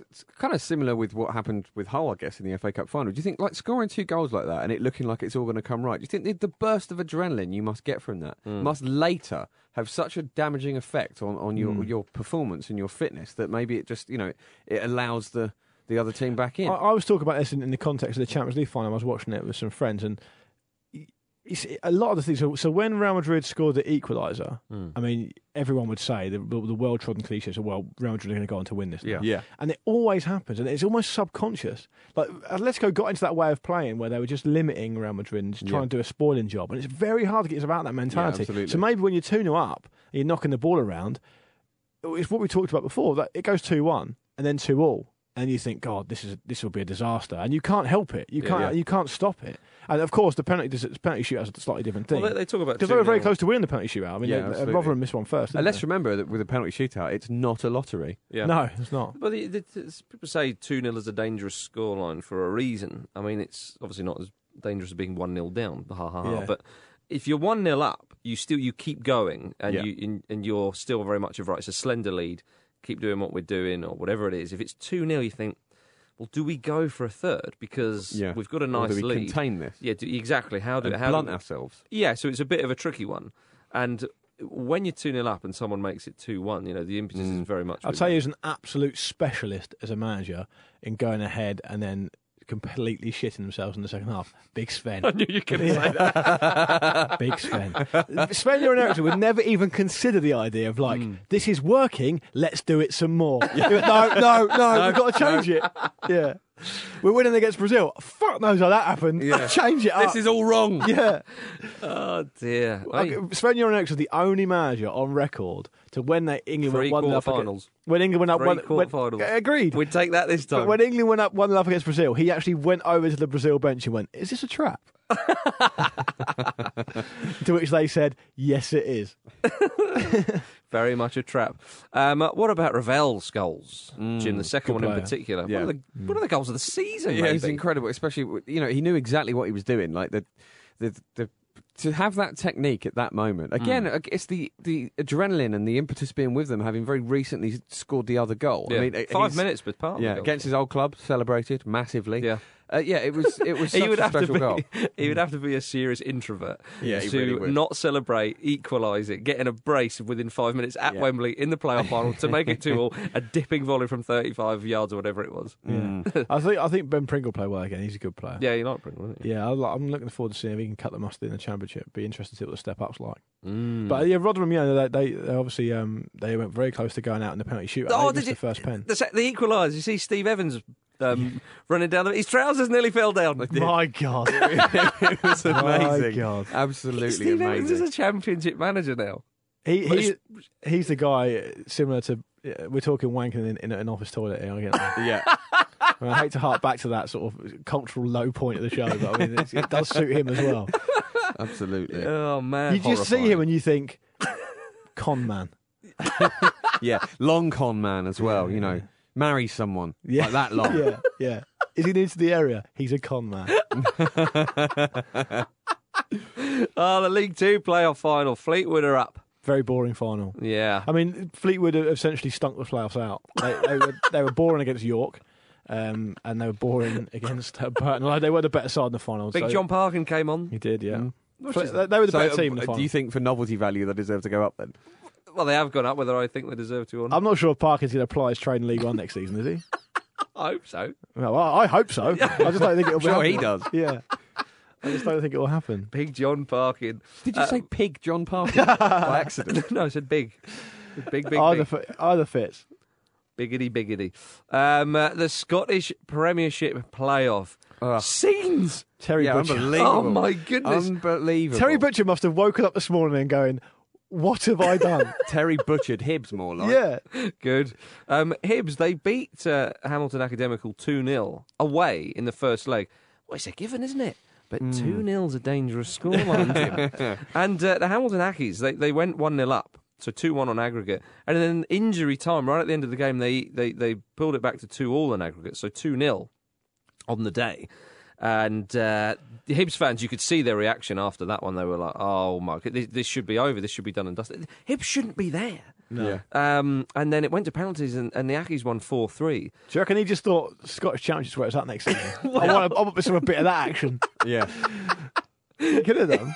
it's kind of similar with what happened with Hull, I guess, in the FA Cup final? Do you think like scoring two goals like that and it looking like it's all going to come right? Do you think the, the burst of adrenaline you must get from that must later have such a damaging effect on, on your your performance and your fitness that maybe it just you know it allows the the other team back in? I, I was talking about this in, in the context of the Champions League final. I was watching it with some friends, and y- you see, a lot of the things. So, so when Real Madrid scored the equaliser, Mm. I mean, everyone would say the, the, the well-trodden cliche is, "Well, Real Madrid are going to go on to win this." now." Yeah. Yeah. and it always happens, and it's almost subconscious. Like uh, Atletico got into that way of playing where they were just limiting Real Madrid and just trying Yeah. to do a spoiling job, and it's very hard to get. It's about that mentality. absolutely. so maybe when you're two 0 up, and you're knocking the ball around it's what we talked about before that it goes 2-1 and then 2 all and you think god this is this will be a disaster and you can't help it you can't yeah. you can't stop it and of course the penalty the penalty shootout is a slightly different thing Well, they, they talk about because they were very 2-0. close to winning the penalty shootout. I mean, Yeah, they- absolutely. Rotherham missed one first. And didn't let's they? remember that with a penalty shootout, it's not a lottery. Yeah. No, it's not. But the, the, the- people say 2 0 is a dangerous scoreline for a reason. I mean, it's obviously not as dangerous as being 1 0 down, ha ha ha. Yeah. But if you're 1 0 up, you still you keep going and, Yeah. you, and, and you're still very much of right. It's a slender lead. Keep doing what we're doing or whatever it is. If it's 2 0, you think, well, do we go for a third? Because we've got a Or nice do we lead. contain this. yeah, do, exactly. How do and how blunt do, ourselves. yeah, so it's a bit of a tricky one. And when you're 2 0 up and someone makes it 2 1, you know, the impetus Mm. is very much. I'll with tell you. you, as an absolute specialist as a manager in going ahead and then completely shitting themselves in the second half. Big Sven. I knew you could say that. Big Sven. Sven Jurgen Eriksson would never even consider the idea of like, this is working, let's do it some more. no, no, no, we've got to change it. Yeah. We're winning against Brazil. Fuck knows how that happened. change it up. This is all wrong. yeah. Oh dear! Okay, Sven Jurgen Eriksson was the only manager on record to when they England Three won up against- quarterfinals. When England went up Three one quarterfinals. When, agreed. We'd take that this but time. when England went up one love against Brazil, he actually went over to the Brazil bench and went, "Is this a trap?" to which they said, "Yes, it is." Very much a trap. Um, uh, what about Ravel's goals, Jim? The second Good one in player. particular. Mm, Yeah. One, of the, one of the goals of the season. Yeah, maybe. it was incredible. Especially, with- you know, he knew exactly what he was doing. Like the, the, the to have that technique at that moment. Hmm. Again, ag- it's the the adrenaline and the impetus being with them, having very recently scored the other goal. Yeah. I mean, uh, five he's- minutes with part. of the Yeah, goal. against his old club, celebrated massively. Yeah. uh, yeah. It was it was such he would a have to special be. goal. Mm. He would have to be a serious introvert Yeah, he to really would. not celebrate, equalise it, getting a brace within five minutes at Yeah. Wembley in the playoff final to make it two all, a dipping volley from thirty-five yards or whatever it was. I think I think Ben Pringle played well again. He's a good player. Yeah, you like Britain, wouldn't you? Yeah, I li- I'm looking forward to seeing if he can cut the mustard in the championship. Be interested to see what the step up's like. Mm. But yeah, Rotherham, yeah, they, they, they obviously um, they went very close to going out in the penalty shootout. Oh, they did missed you- the first pen. The, se- the equaliser. You see Steve Evans um, running down. The, his trousers nearly fell down. My God, it was amazing. God. Absolutely Steve Evans is amazing. a championship manager now. he, But he he's the guy similar to yeah, we're talking wanking in, in an office toilet here. I, get that. yeah, I, mean, I hate to hark back to that sort of cultural low point of the show, but I mean it, it does suit him as well. absolutely. Oh man, You just see him and you think, con man. Yeah, long con man as well. You know, marry someone Yeah. like that long. Yeah, yeah. Is he new to the area? He's a con man. Oh, the League Two playoff final. Fleetwood are up. Very boring final. Yeah, I mean, Fleetwood have essentially stunk the playoffs out. They, they, were, they were boring against York, um, and they were boring against uh, Burton. Like, they were the better side in the final. Big so- John Parkin came on. He did, yeah. Mm. Which Fle- is- they, they were the So, better team in the uh, final. do you think for novelty value they deserve to go up then? Well, they have gone up. Whether I think they deserve to or not, I'm not sure if Parker's going to apply his trade in League One next season, is he? I hope so. Well, I, I hope so. I just don't think it'll be. Sure he happening. does. Yeah. I just don't think it will happen. Big John Parkin. Did you say pig John Parker by accident? no, I said big, big, big. big. Either, fi- either fits. Biggity, biggity. Um, uh, the Scottish Premiership playoff scenes. Terry yeah, Butcher. Ah. unbelievable. Oh, my goodness. Unbelievable. Terry Butcher must have woken up this morning and going, "What have I done?" Terry butchered Hibbs more like. yeah, Good. Um, Hibs, they beat uh, Hamilton Academical 2 0 away in the first leg. Well, it's a given, isn't it? But 2 0's a dangerous scoreline. Jim. and uh, the Hamilton Ackies, they, they went 1 0 up. So 2 1 on aggregate. And then injury time, right at the end of the game, they, they, they pulled it back to 2 all on aggregate. So 2 0 on the day. And uh, the Hibs fans, you could see their reaction after that one. They were like, oh, my God, this, this should be over. This should be done and dusted. Hibs shouldn't be there. Yeah. Um, and then it went to penalties, and, and the Ackies won 4 3. do you reckon he just thought Scottish Championships where it's at next season? I want, I want myself a bit of that action. Yeah. He could have done.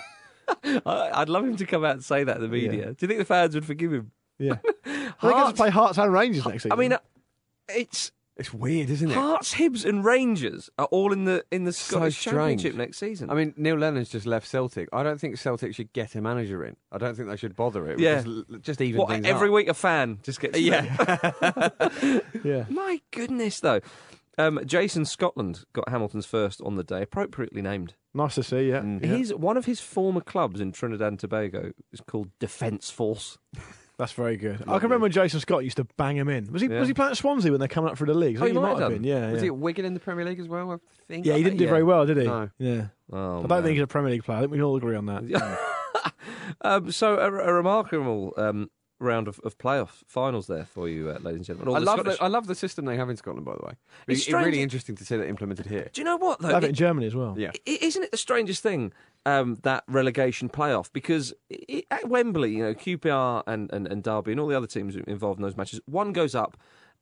I'd love him to come out and say that to the media. Do you think the fans would forgive him? Yeah, I think he to play Hearts and Rangers next season. I mean, uh, it's It's weird, isn't it? Hearts, Hibs, and Rangers are all in the in the Scottish strange. Championship next season. I mean, Neil Lennon's just left Celtic. I don't think Celtic should get a manager in. I don't think they should bother it. Yeah. Just, just even what, things every up. week a fan just gets. Yeah. uh, yeah. My goodness, though. Um, Jason Scotland got Hamilton's first on the day, appropriately named. Mm. Nice to see, yeah. Mm. His, one of his former clubs in Trinidad and Tobago is called Defence Force. That's very good. I can remember when Jason Scott used to bang him in. Was he Yeah. was he playing at Swansea when they're coming up through the league? I Oh, think he might have been. done. Yeah, Was yeah. he at Wigan in the Premier League as well? I think. yeah, he didn't do Yeah. very well, did he? No. Yeah. Oh, I don't think he's a Premier League player. I think we can all agree on that. Um, so a, a remarkable um, round of, of playoff finals there for you, uh, ladies and gentlemen. All I the love, Scottish- the, I love the system they have in Scotland, by the way. It's It's really strange- interesting to see that implemented here. Do you know what though? They have it in Germany as well. Yeah. I- isn't it the strangest thing um, that relegation playoff? Because i i- at Wembley, you know, QPR and, and, and Derby and all the other teams involved in those matches, one goes up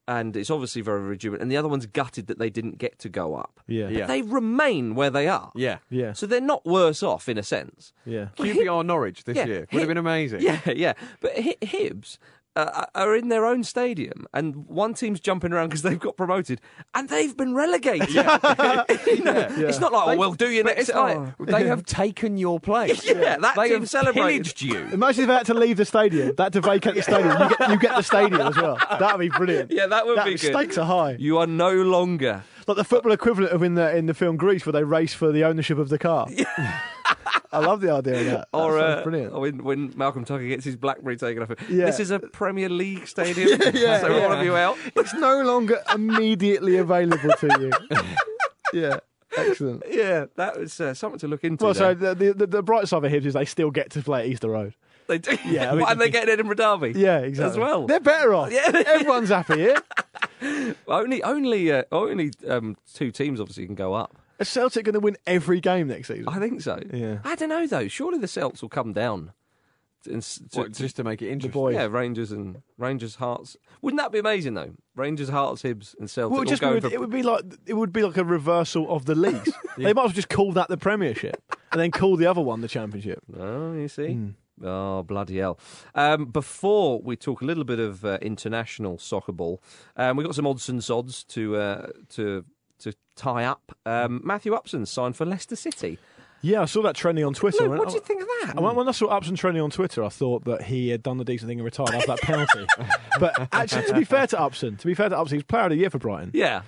and it's obviously very rejuvenant, and the other one's gutted that they didn't get to go up. Yeah. Yeah. Yeah. They remain where they are. Yeah. Yeah. So they're not worse off in a sense. yeah. QPR Norwich this Yeah. year would have been amazing. Yeah, yeah. But Hi- Hibs uh, are in their own stadium, and one team's jumping around because they've got promoted, and they've been relegated. You know, It's not like, oh, They've- well, do your but next. it's like, oh. they have taken your place. Yeah, that they team have celebrated. pillaged you. Imagine if they had to leave the stadium. They had to vacate the stadium. You get, you get the stadium as well. That'd be brilliant. Yeah, that would That- be good. Stakes are high. You are no longer. Like the football equivalent of in the in the film Greece, where they race for the ownership of the car. I love the idea of that. Or, that sounds uh, brilliant. or when, when Malcolm Tucker gets his BlackBerry taken off him. Yeah. This is a Premier League stadium, yeah, so all yeah. of you out. It's no longer immediately available to you. yeah, excellent. Yeah, that was uh, something to look into. Well, so there. the, the the- the bright side of Hibs is they still get to play at Easter Road. they do. Yeah, I mean- and they get an Edinburgh Derby. Yeah, exactly. As well. they're better off. Yeah. everyone's happy here. Only, only, uh, only um, two teams obviously can go up. Are Celtic going to win every game next season? I think so. Yeah. I don't know though. Surely the Celts will come down. To, and s- to- What, to- just to make it interesting. boy- yeah, Rangers and Rangers Hearts. Wouldn't that be amazing though? Rangers Hearts Hibs and Celtic Well, all it, just going would, for. it would be like it would be like a reversal of the leagues. They might as well just call that the Premiership and then call the other one the Championship. Oh, you see. Hmm. Oh bloody hell! Um, before we talk a little bit of uh, international soccer ball, um, we got some odds and sods to uh, to to tie up. Um, Matthew Upson signed for Leicester City. Yeah, I saw that trending on Twitter. Luke, I went, what do oh, you think of that? And when, when I saw Upson trending on Twitter, I thought that he had done the decent thing and retired after that penalty. but actually, to be fair to Upson, to be fair to Upson, he's player of the year for Brighton. yeah,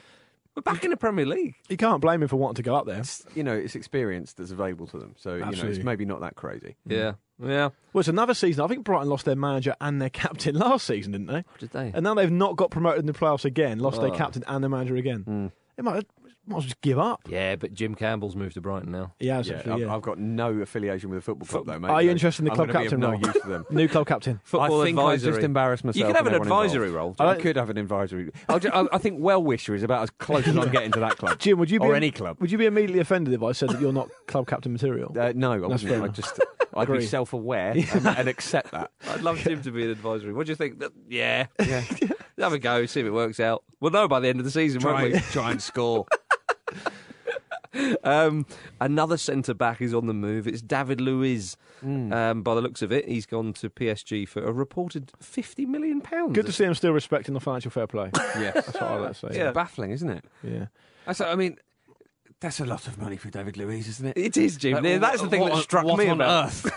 we're back in the Premier League. You can't blame him for wanting to go up there. you know, it's experience that's available to them. So, you know, Absolutely. it's maybe not that crazy. Yeah, yeah. Well, it's another season. I think Brighton lost their manager and their captain last season, didn't they? Did they? And now they've not got promoted in the playoffs again, lost Oh. their captain and their manager again. Hmm. They might, might as well just give up. Yeah, but Jim Campbell's moved to Brighton now. Yeah, Yeah, absolutely. I've, yeah. I've got no affiliation with a football club, though, mate. Are you so interested in the I'm club gonna be of captain No role? use to them. New club captain. Football I think advisory. I just embarrass myself. You can have and an everyone advisory involved. role. I Jim. could have an advisory. I'll ju- I, I think well wisher is about as close as I'm getting to that club. Jim, would you be or any club? Would you be immediately offended if I said that you're not club captain material? Uh, no, I That's wouldn't. fair. I just I'd be Agree. self-aware and, and accept that. I'd love Jim to be an advisory. What do you think? Th- Yeah, yeah. have a go, see if it works out. We'll know by the end of the season, won't we? try and score. Um, another centre back is on the move. It's David Luiz. Mm. Uh, Um, by the looks of it, he's gone to PSG for a reported fifty million pounds. Good to see him still respecting the financial fair play. Yes, That's what I would say. Yeah. baffling, isn't it? yeah. That's, I mean, that's a lot of money for David Luiz, isn't it? It is Jim. Like, Yeah, wh- That's the thing what that on- struck what me on about. Earth?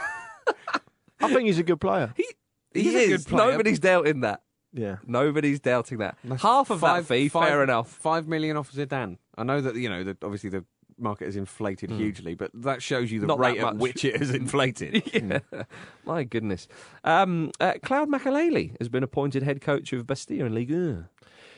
I think he's a good player. He, he He's a is. good player. Nobody's doubting that. Yeah. Nobody's doubting that. Half of that fee, fair enough. Five million off Zidane. I know that you know that obviously the market has inflated hugely, but that shows you the Not that rate at much. which it has inflated. Yeah. My goodness. Um, uh, Cloud Makaleli has been appointed head coach of Bastia in Ligue 1.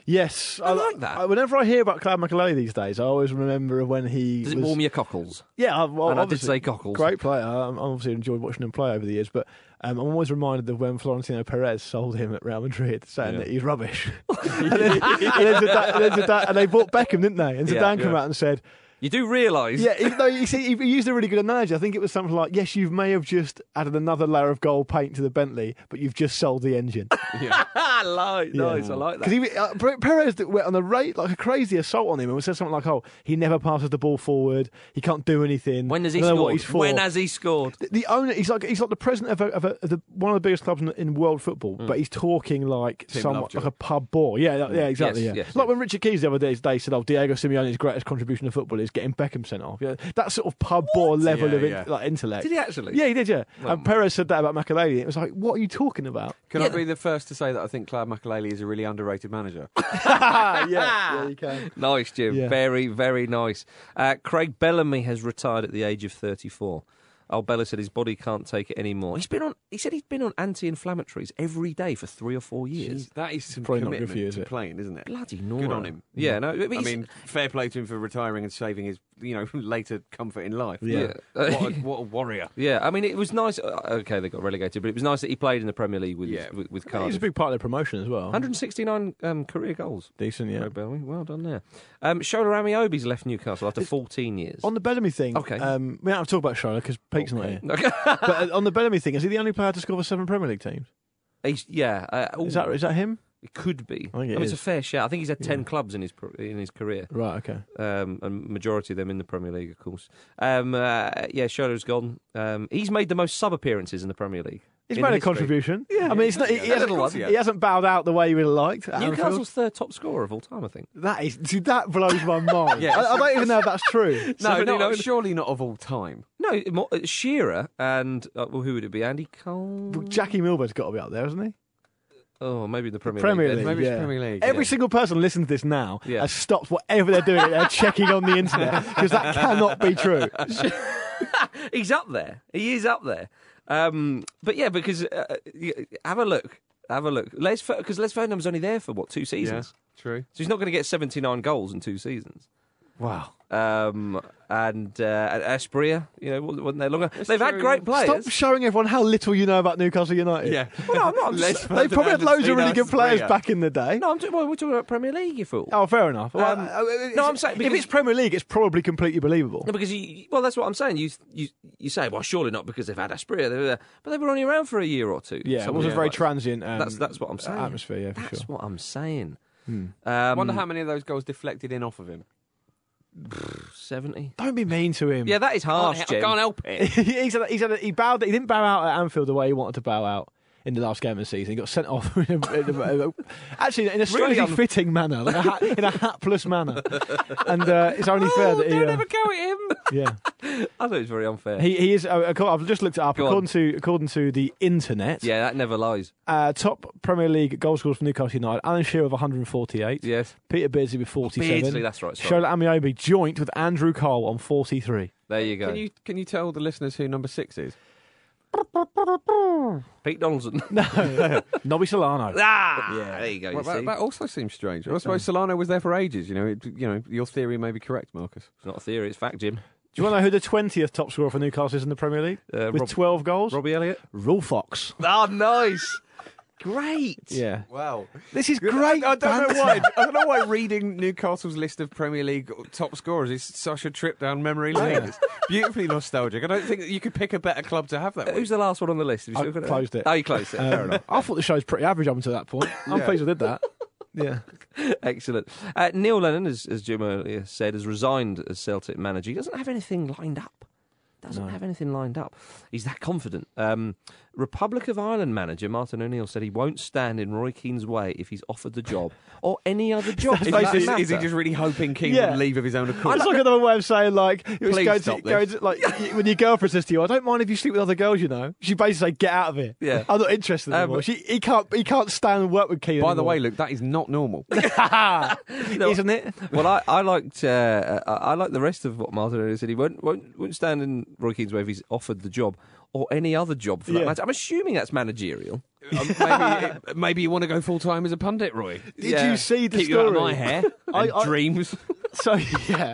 Yes, I like that. I- whenever I hear about Cloud McAlealy these days, I always remember when he Does it was. warm your cockles? Yeah, I- well, And I did obviously, say cockles. Great player. I I'm obviously enjoyed watching him play over the years, but um, I'm always reminded of when Florentino Perez sold him at Real Madrid, saying that he's rubbish. and, then, and, then Zidane, and, then Zidane, and they bought Beckham, didn't they? And Zidane Yeah, came yeah. out and said, You do realise. "Yeah, even though you see, he used a really good analogy. I think it was something like, yes, you may have just added another layer of gold paint to the Bentley, but you've just sold the engine.'" I like, nice, I like that. Because he uh, Pe- Perez went on a rate like a crazy assault on him and said something like, "Oh, he never passes the ball forward. He can't do anything. when has I he don't know scored? What he's for. When has he scored? the, the owner? He's like he's like the president of, a, of, a, of the, one of the biggest clubs in, in world football, Mm. but he's talking like some Lovejoy. like a pub boy. Yeah, like- yeah, exactly. Mm. Yes, yeah, yes, like yes. when Richard Keys the other day they said, "Oh, Diego Simeone's greatest contribution to football is getting Beckham sent off." Yeah, that sort of pub boy level Yeah, of in, yeah. like intellect. Did he actually? mm. Yeah, he did. Yeah, and Perez said that about McAlealy. It was like, "What are you talking about?" Can I be the first to say that I think Cloud McAlealy is a really underrated manager? Ah, yeah, yeah, you can. Nice, Jim. Yeah. Very, very nice. Uh, Craig Bellamy has retired at the age of 34. Old Bella said his body can't take it anymore. He's been on. He said he's been on anti-inflammatories every day for three or four years. Jeez, that is some Probably not good commitment for you, is to it? playing, isn't it? Bloody Mm. Good Nora. on him. Yeah, no. but I he's- mean, fair play to him for retiring and saving his, you know, later comfort in life. Yeah. what, a, what a warrior. yeah. I mean, it was nice. uh, Okay, they got relegated, but it was nice that he played in the Premier League with Yeah. with, with It was Cardiff. a big part of their promotion as well. 169 um, career goals. Decent, yeah. Craig Bellamy, well done there. Um, Shola Amiobi's left Newcastle after 14 years. On the Bellamy thing, Okay. Um, we don't have to talk about Charlotte because Pete's not here. Okay. But uh, on the Bellamy thing, is he the only player to score for seven Premier League teams? He's- yeah, uh, ooh, Is that is that him? it could be. I think it mean, it's a is. fair shout. I think he's had ten clubs in his pro- in his career, Right. Okay. um, and majority of them in the Premier League, of course. Um, uh, yeah, Shadow's gone. Um, he's made the most sub appearances in the Premier League. He's in made a history. contribution. Yeah. I mean, it's not. He, he yeah, hasn't, little one, yeah. he hasn't bowed out the way he would have liked. at Anfield. Newcastle's third top scorer of all time, I think. That is. See, that blows my mind. Yeah. I, I don't even know if that's true. No, Seventy not, nine. surely not of all time. No, more, uh, Shearer and uh, well, who would it be? Andy Cole. Jackie Milbert's got to be up there, hasn't he? Oh, maybe the Premier, Premier League. League. Maybe it's yeah. Premier League, Every yeah. single person listening to this now Yeah. has stopped whatever they're doing. They're checking on the internet because that cannot be true. he's up there. He is up there. Um, but yeah, because uh, y- have a look. Have a look. Les because Les Ferdinand's only there for what two seasons, True. so he's not going to get seventy nine goals in two seasons. Wow. Um, and uh, and Aspria, you know, wasn't wasn't there longer. They've had true, yeah. great players. Stop showing everyone how little you know about Newcastle United. Yeah. Well, I'm not. I'm Les just- They probably had Ferdinand loads of and really Tino good players Spria. back in the day. no, I'm talking, well, we're talking about Premier League, you fool. Oh, fair enough. Well, Um, uh, it's- no, I'm saying if because- it's Premier League, it's probably completely believable. No, because you, well, that's what I'm saying. You, you, you say, well, surely not because they've had Aspria, they were there. but they were only around for a year or two. Yeah, it Something was a like very that. transient. Um, That's that's what I'm saying. Atmosphere, yeah, for that's sure. Hmm. what I'm saying. I Um, wonder how many of those goals deflected in off of him. seventy. Don't be mean to him. Yeah, that is harsh, I Jim. can't help it. he's had, he's had, he bowed. He didn't bow out at Anfield the way he wanted to bow out in the last game of the season. He got sent off. in a, in a- actually, in a strangely un- fitting manner, like a ha- in a hapless manner. And uh, it's only fair that he. Oh, don't uh, ever go at him. yeah. I thought it was very unfair. He, he is. Uh, acco- I've just looked it up. Go on. according to according to the internet, yeah, that never lies. uh, top Premier League goal scorers for Newcastle United: Alan Shearer with 148, Yes, Peter Beardsley with 47, Beardsley, that's right, sorry. Shola Amiobi joint with Andrew Cole on 43. there you go. Can you can you tell the listeners who number six is? Pete Donaldson. Nobby Solano. ah, there you go. You Well, see? that, that also seems strange. I suppose Solano was there for ages. You know, it, you know, your theory may be correct, Marcus. It's not a theory; it's fact, Jim. Do you want to know who the 20th top scorer for Newcastle is in the Premier League? Uh, with Rob- 12 goals? Robbie Elliott. Rule Fox. Oh, nice. Great. Yeah. Wow, This is great. I, I don't banter. know why. I don't know why reading Newcastle's list of Premier League top scorers is such a trip down memory lane. It's beautifully nostalgic. I don't think that you could pick a better club to have that. Who's With. the last one on the list? Have you I still got closed it. Oh, you closed it. Fair Um, enough. I thought the show was pretty average up until that point. I'm Yeah. pleased I did that. Yeah. Excellent. Uh, Neil Lennon, as, as Jim earlier said, has resigned as Celtic manager. He doesn't have anything lined up. doesn't have anything lined up. He's that confident. Um, Republic of Ireland manager Martin O'Neill said he won't stand in Roy Keane's way if he's offered the job or any other job. for Is, that that- is- is he matter. just really hoping Keane Yeah. would leave of his own accord? It's like another way of saying, like, it was Please going to, stop going this. to- like y- when your girlfriend says to you, "I don't mind if you sleep with other girls," you know, she basically say, "Get out of here." Yeah. I'm not interested Um, anymore. she, he can't, he can't stand and work with Keenan. By the way, Luke, that is not normal. isn't it? well, I, I liked uh, I I liked the rest of what Martin O'Neill said. He won't, won't won't stand in Roy Keane's way if he's offered the job or any other job for that Yeah. matter. I'm assuming that's managerial. Um, maybe, maybe you want to go full time as a pundit, Roy. Did Yeah. you see the Keep you story? out of my hair I- and I- dreams. so yeah,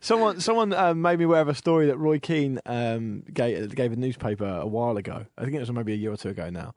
someone someone um, made me aware of a story that Roy Keane um, gave, gave a newspaper a while ago. I think it was maybe a year or two ago now.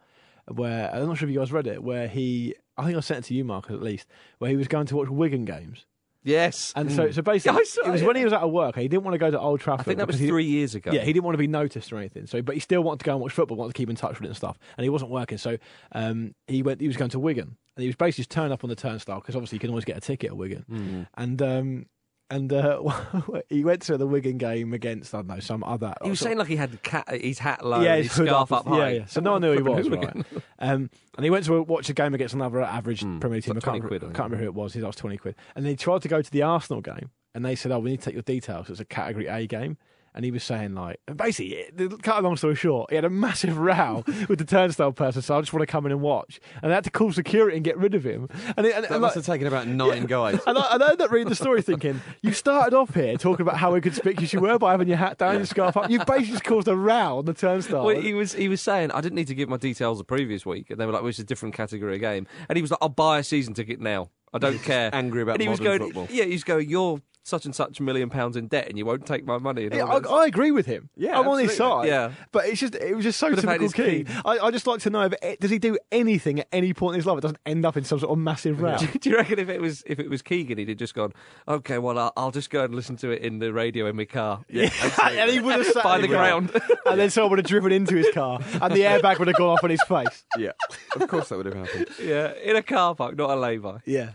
Where I'm not sure if you guys read it. Where he, I think I sent it to you, Mark, at least. Where he was going to watch Wigan games, Yes, and so so Yeah, Hmm. basically, I saw it was it. when he was out of work. and He didn't want to go to Old Trafford. I think that was because he- three years ago. yeah, he didn't want to be noticed or anything. So, but he still wanted to go and watch football, wanted to keep in touch with it and stuff. And he wasn't working, so um, he went. He was going to Wigan, and he was basically just turned up on the turnstile because obviously you can always get a ticket at Wigan. Mm. And um, and uh, he went to the Wigan game against I don't know some other. He was sort of- saying like he had cat, his hat low, yeah, and his hood scarf up, high. Yeah, yeah. So no one knew who he Flipping was. hooligan. Right? Um, and he went to watch a game against another average Premier Team. like I 20 can't, Hmm. quid, I I think. can't remember who it was. He was twenty quid. And then he tried to go to the Arsenal game, and they said, "Oh, we need to take your details. It's a Category A game." And he was saying like, and basically, it- the- cut a long story short, he had a massive row with the turnstile person. So I just want to come in and watch, and they had to call security and get rid of him. And, it, and, That and must like- have taken about nine guys. and I, and I ended up reading the story thinking, you started off here talking about how inconspicuous you were by having your hat down and your scarf up. You've basically just caused a row on the turnstile. Well, he was he was saying I didn't need to give my details the previous week, and they were like, well, "It's a different category of game," and he was like, "I'll buy a season ticket now. I don't care." angry about and he was modern going, football. Yeah, he's going. You're such and such a million pounds in debt, and you won't take my money. And Yeah, all I, that. I agree with him. Yeah, I'm on his absolutely. side. Yeah. but it's just it was just so Could have had typical his Keane. I, I just like to know if it, does he do anything at any point in his life that doesn't end up in some sort of massive row. do you reckon if it was if it was Keegan, he'd have just gone, "Okay, well, I'll, I'll just go and listen to it in the radio in my car." Yeah, and he would have sat By in the row. ground. and then someone would have driven into his car, and the airbag would have gone off on his face. yeah, of course that would have happened. yeah, in a car park, not a lay-by. Yeah,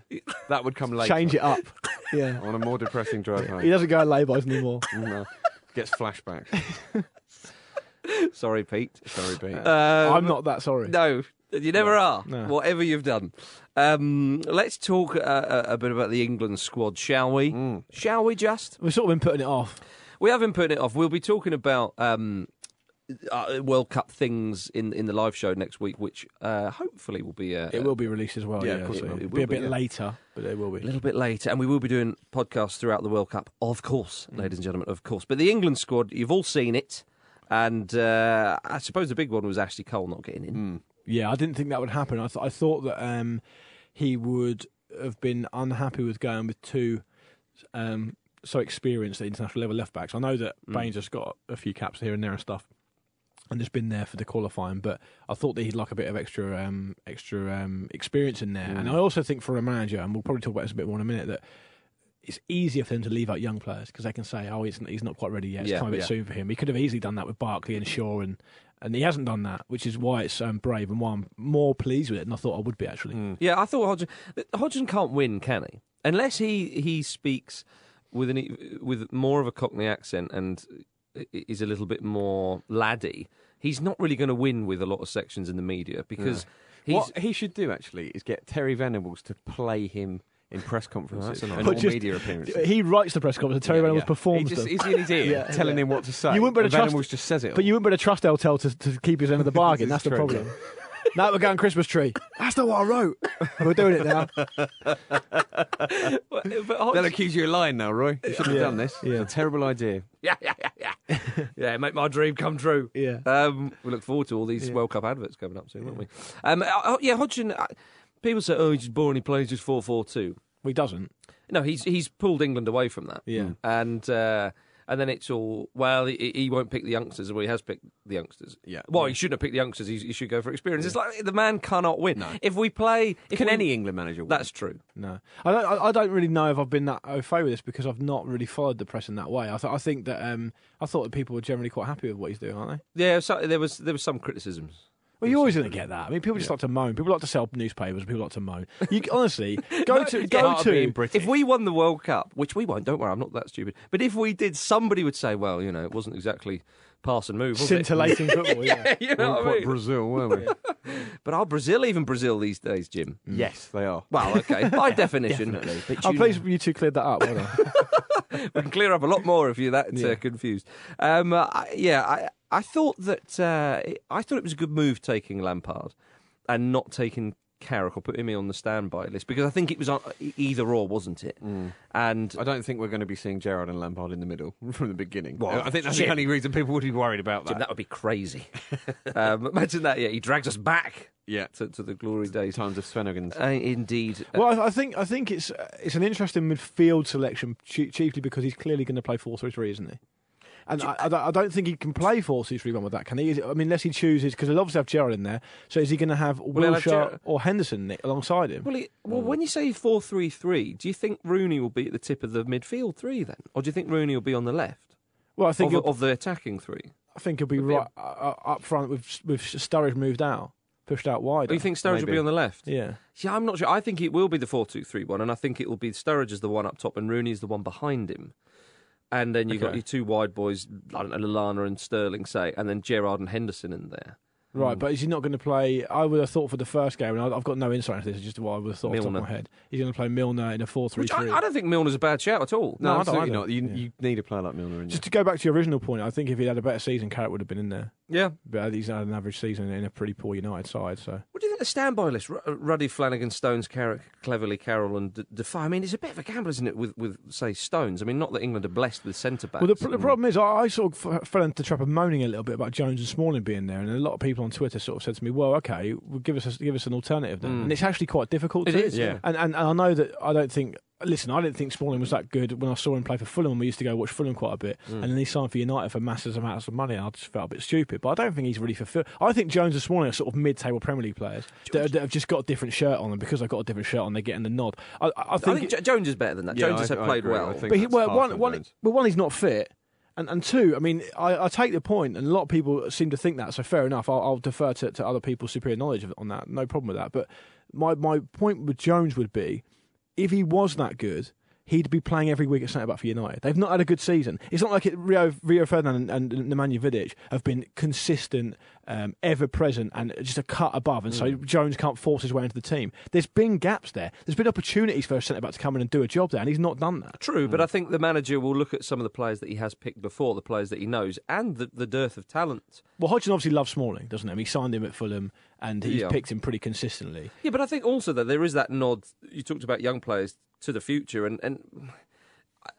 That would come later. change it up. Yeah, on a more depressing drive home. he doesn't go on laybys anymore. No. uh, Gets flashbacks. Sorry, Pete. Sorry, Pete. I'm not that sorry. No, you never are. No. Whatever you've done. Um, let's talk uh, a, a bit about the England squad, shall we? Mm. Shall we just? We've sort of been putting it off. We have been putting it off. We'll be talking about um, uh, World Cup things in in the live show next week, which uh, hopefully will be a, It will be released as well. Yeah, Yeah, of course so it will. It'll It be a will be, bit yeah. later, but it will a be. little bit later, and we will be doing podcasts throughout the World Cup, of course, Mm. ladies and gentlemen, of course. But the England squad, you've all seen it. And uh, I suppose the big one was Ashley Cole not getting in. Yeah, I didn't think that would happen. I, th- I thought that um, he would have been unhappy with going with two um, so experienced at international level left backs. I know that Mm. Baines has got a few caps here and there and stuff, and has been there for the qualifying. But I thought that he'd like a bit of extra um, extra um, experience in there. Mm. And I also think for a manager, and we'll probably talk about this a bit more in a minute, that it's easier for them to leave out young players because they can say, "Oh, he's he's not quite ready yet. It's Yeah, time a bit yeah. soon for him." He could have easily done that with Barkley and Shaw, and and he hasn't done that, which is why it's um, brave and why I'm more pleased with it than I thought I would be actually. Yeah, I thought Hodgson. Hodgson can't win, can he? Unless he he speaks with an e- with more of a Cockney accent and i- is a little bit more laddie. He's not really going to win with a lot of sections in the media because he's. what he should do actually is get Terry Venables to play him in press conferences and But all just- media appearances. He writes the press conference, and Terry Reynolds performs Mm. He just, them. He's in his ear, Yeah, telling yeah. him what to say. You wouldn't be able and to trust- Venables just says it. all. But you wouldn't better trust Eltel to, to keep his end of the bargain. is That's the true. problem. now we're going Christmas tree. That's not what I wrote. We're doing it now. But They'll Hodgson- accuse you of lying now, Roy. You shouldn't Yeah. have done this. Yeah. It's a terrible idea. yeah, yeah, yeah, yeah. yeah, make my dream come true. Yeah. Um, we look forward to all these World Cup adverts coming up soon, won't we? Um, uh, uh, yeah, Hodgson. uh, people say, oh, he's just boring. He plays just four four two. He doesn't. No, he's he's pulled England away from that. Hmm. Yeah. and uh, and then it's all well. He, he won't pick the youngsters. Well, he has picked the youngsters. Yeah. Well, he shouldn't have picked the youngsters. He, he should go for experience. It's like the man cannot win. If we play, if Can we- any England manager win? That's true. No, I don't. I, I don't really know if I've been that au fait with this because I've not really followed the press in that way. I, th- I think that um, I thought that people were generally quite happy with what he's doing, aren't they? Yeah. So there was there was some criticisms. Well, you're always going to get that. I mean, people just like to moan. People like to sell newspapers. People like to moan. You honestly go to go part of being to British. If we won the World Cup, which we won't, don't worry, I'm not that stupid. But if we did, somebody would say, well, you know, it wasn't exactly pass and move, was it? scintillating football. yeah. you know what I mean? Brazil, weren't we? But are Brazil even Brazil these days, Jim? yes, they are. Well, okay, by definition. But I'm you- pleased you two cleared that up. Well done. we can clear up a lot more if you're that uh, Yeah. confused. Um, uh, I, yeah, I, I thought that uh, it- I thought it was a good move taking Lampard and not taking Carrick or putting me on the standby list because I think it was on e- either or, wasn't it? And I don't think we're going to be seeing Gerard and Lampard in the middle from the beginning. Well, I think that's shit. the only reason people would be worried about Jim, that. that would be crazy. um, imagine that. Yeah, he drags us back Yeah, to, to the glory days. times of Svenogans. Uh, indeed. Uh, Well, I, I think I think it's uh, it's an interesting midfield selection, chi- chiefly because he's clearly going to play four three three, isn't he? And I, I don't- I don't think he can play four two three one with that, can he? Is it- I mean, unless he chooses, because he'll obviously have Gerald in there. So is he going to have he'll Wilshire have Gerrard. or Henderson ni- alongside him? well, he, well, when you say four three three, do you think Rooney will be at the tip of the midfield three then, or do you think Rooney will be on the left Well, I think of, he'll, of the attacking three? I think he'll be it'd be a- right uh, uh, up front with with Sturridge moved out, pushed out wide. Do you think Sturridge will be on the left? Yeah. Yeah, I'm not sure. I think it will be the four-two-three-one, and I think it will be Sturridge as the one up top and Rooney is the one behind him. And then you've got Okay. your two wide boys, I don't know, Lallana and Sterling, say, and then Gerard and Henderson in there. Hmm. Right, but is he not going to play? I would have thought for the first game, and I- I've got no insight into this. It's just what I would have thought off the top Milner. of my head. He's going to play Milner in a four-three-three. Which I, I don't think Milner's a bad shout at all. No, I No, don't absolutely either. not. You, Yeah. you need a player like Milner in there. Just to go back to your original point, I think if he'd had a better season, Carrot would have been in there. Yeah. But he's had an average season in a pretty poor United side, so What do you think of the standby list? R- Ruddy, Flanagan, Stones, Carrick, Cleverly, Carroll, and D- Defy. I mean, it's a bit of a gamble, isn't it, with, with say, Stones? I mean, not that England are blessed with Mm. centre backs. Well, the, pr- the problem is, I, I sort of f- fell into the trap of moaning a little bit about Jones and Smalling being there, and a lot of people on Twitter sort of said to me, "Well, okay, well, give us a, give us an alternative then." And it's actually quite difficult. It to, is, yeah. And, and and I know that I don't think. Listen, I didn't think Smalling was that good when I saw him play for Fulham. We used to go watch Fulham quite a bit, and then he signed for United for massive amounts of money. And I just felt a bit stupid, but I don't think he's really fulfilled. I think Jones and Smalling are sort of mid-table Premier League players that, that have just got a different shirt on, and because they've got a different shirt on, they're getting the nod. I, I- I I think, think Jo- Jones is better than that. Yeah, Jones has I- I played agree. I well. think- but he, that's well, far one, from one, Jones. well, one, he's not fit, and and two, I mean, I, I take the point, and a lot of people seem to think that. So fair enough, I'll, I'll defer to, to other people's superior knowledge of, on that. No problem with that. But my my point with Jones would be, if he was that good. He'd be playing every week at centre back for United. They've not had a good season. It's not like it, Rio, Rio Ferdinand and, and Nemanja Vidic have been consistent, um, ever present, and just a cut above. And so Mm. Jones can't force his way into the team. There's been gaps there. There's been opportunities for a centre back to come in and do a job there, and he's not done that. True, Hmm. but I think the manager will look at some of the players that he has picked before, the players that he knows, and the, the dearth of talent. Well, Hodgson obviously loves Smalling, doesn't he? I mean, He signed him at Fulham, and he's Yeah. picked him pretty consistently. Yeah, but I think also that there is that nod. You talked about young players to the future, and and I-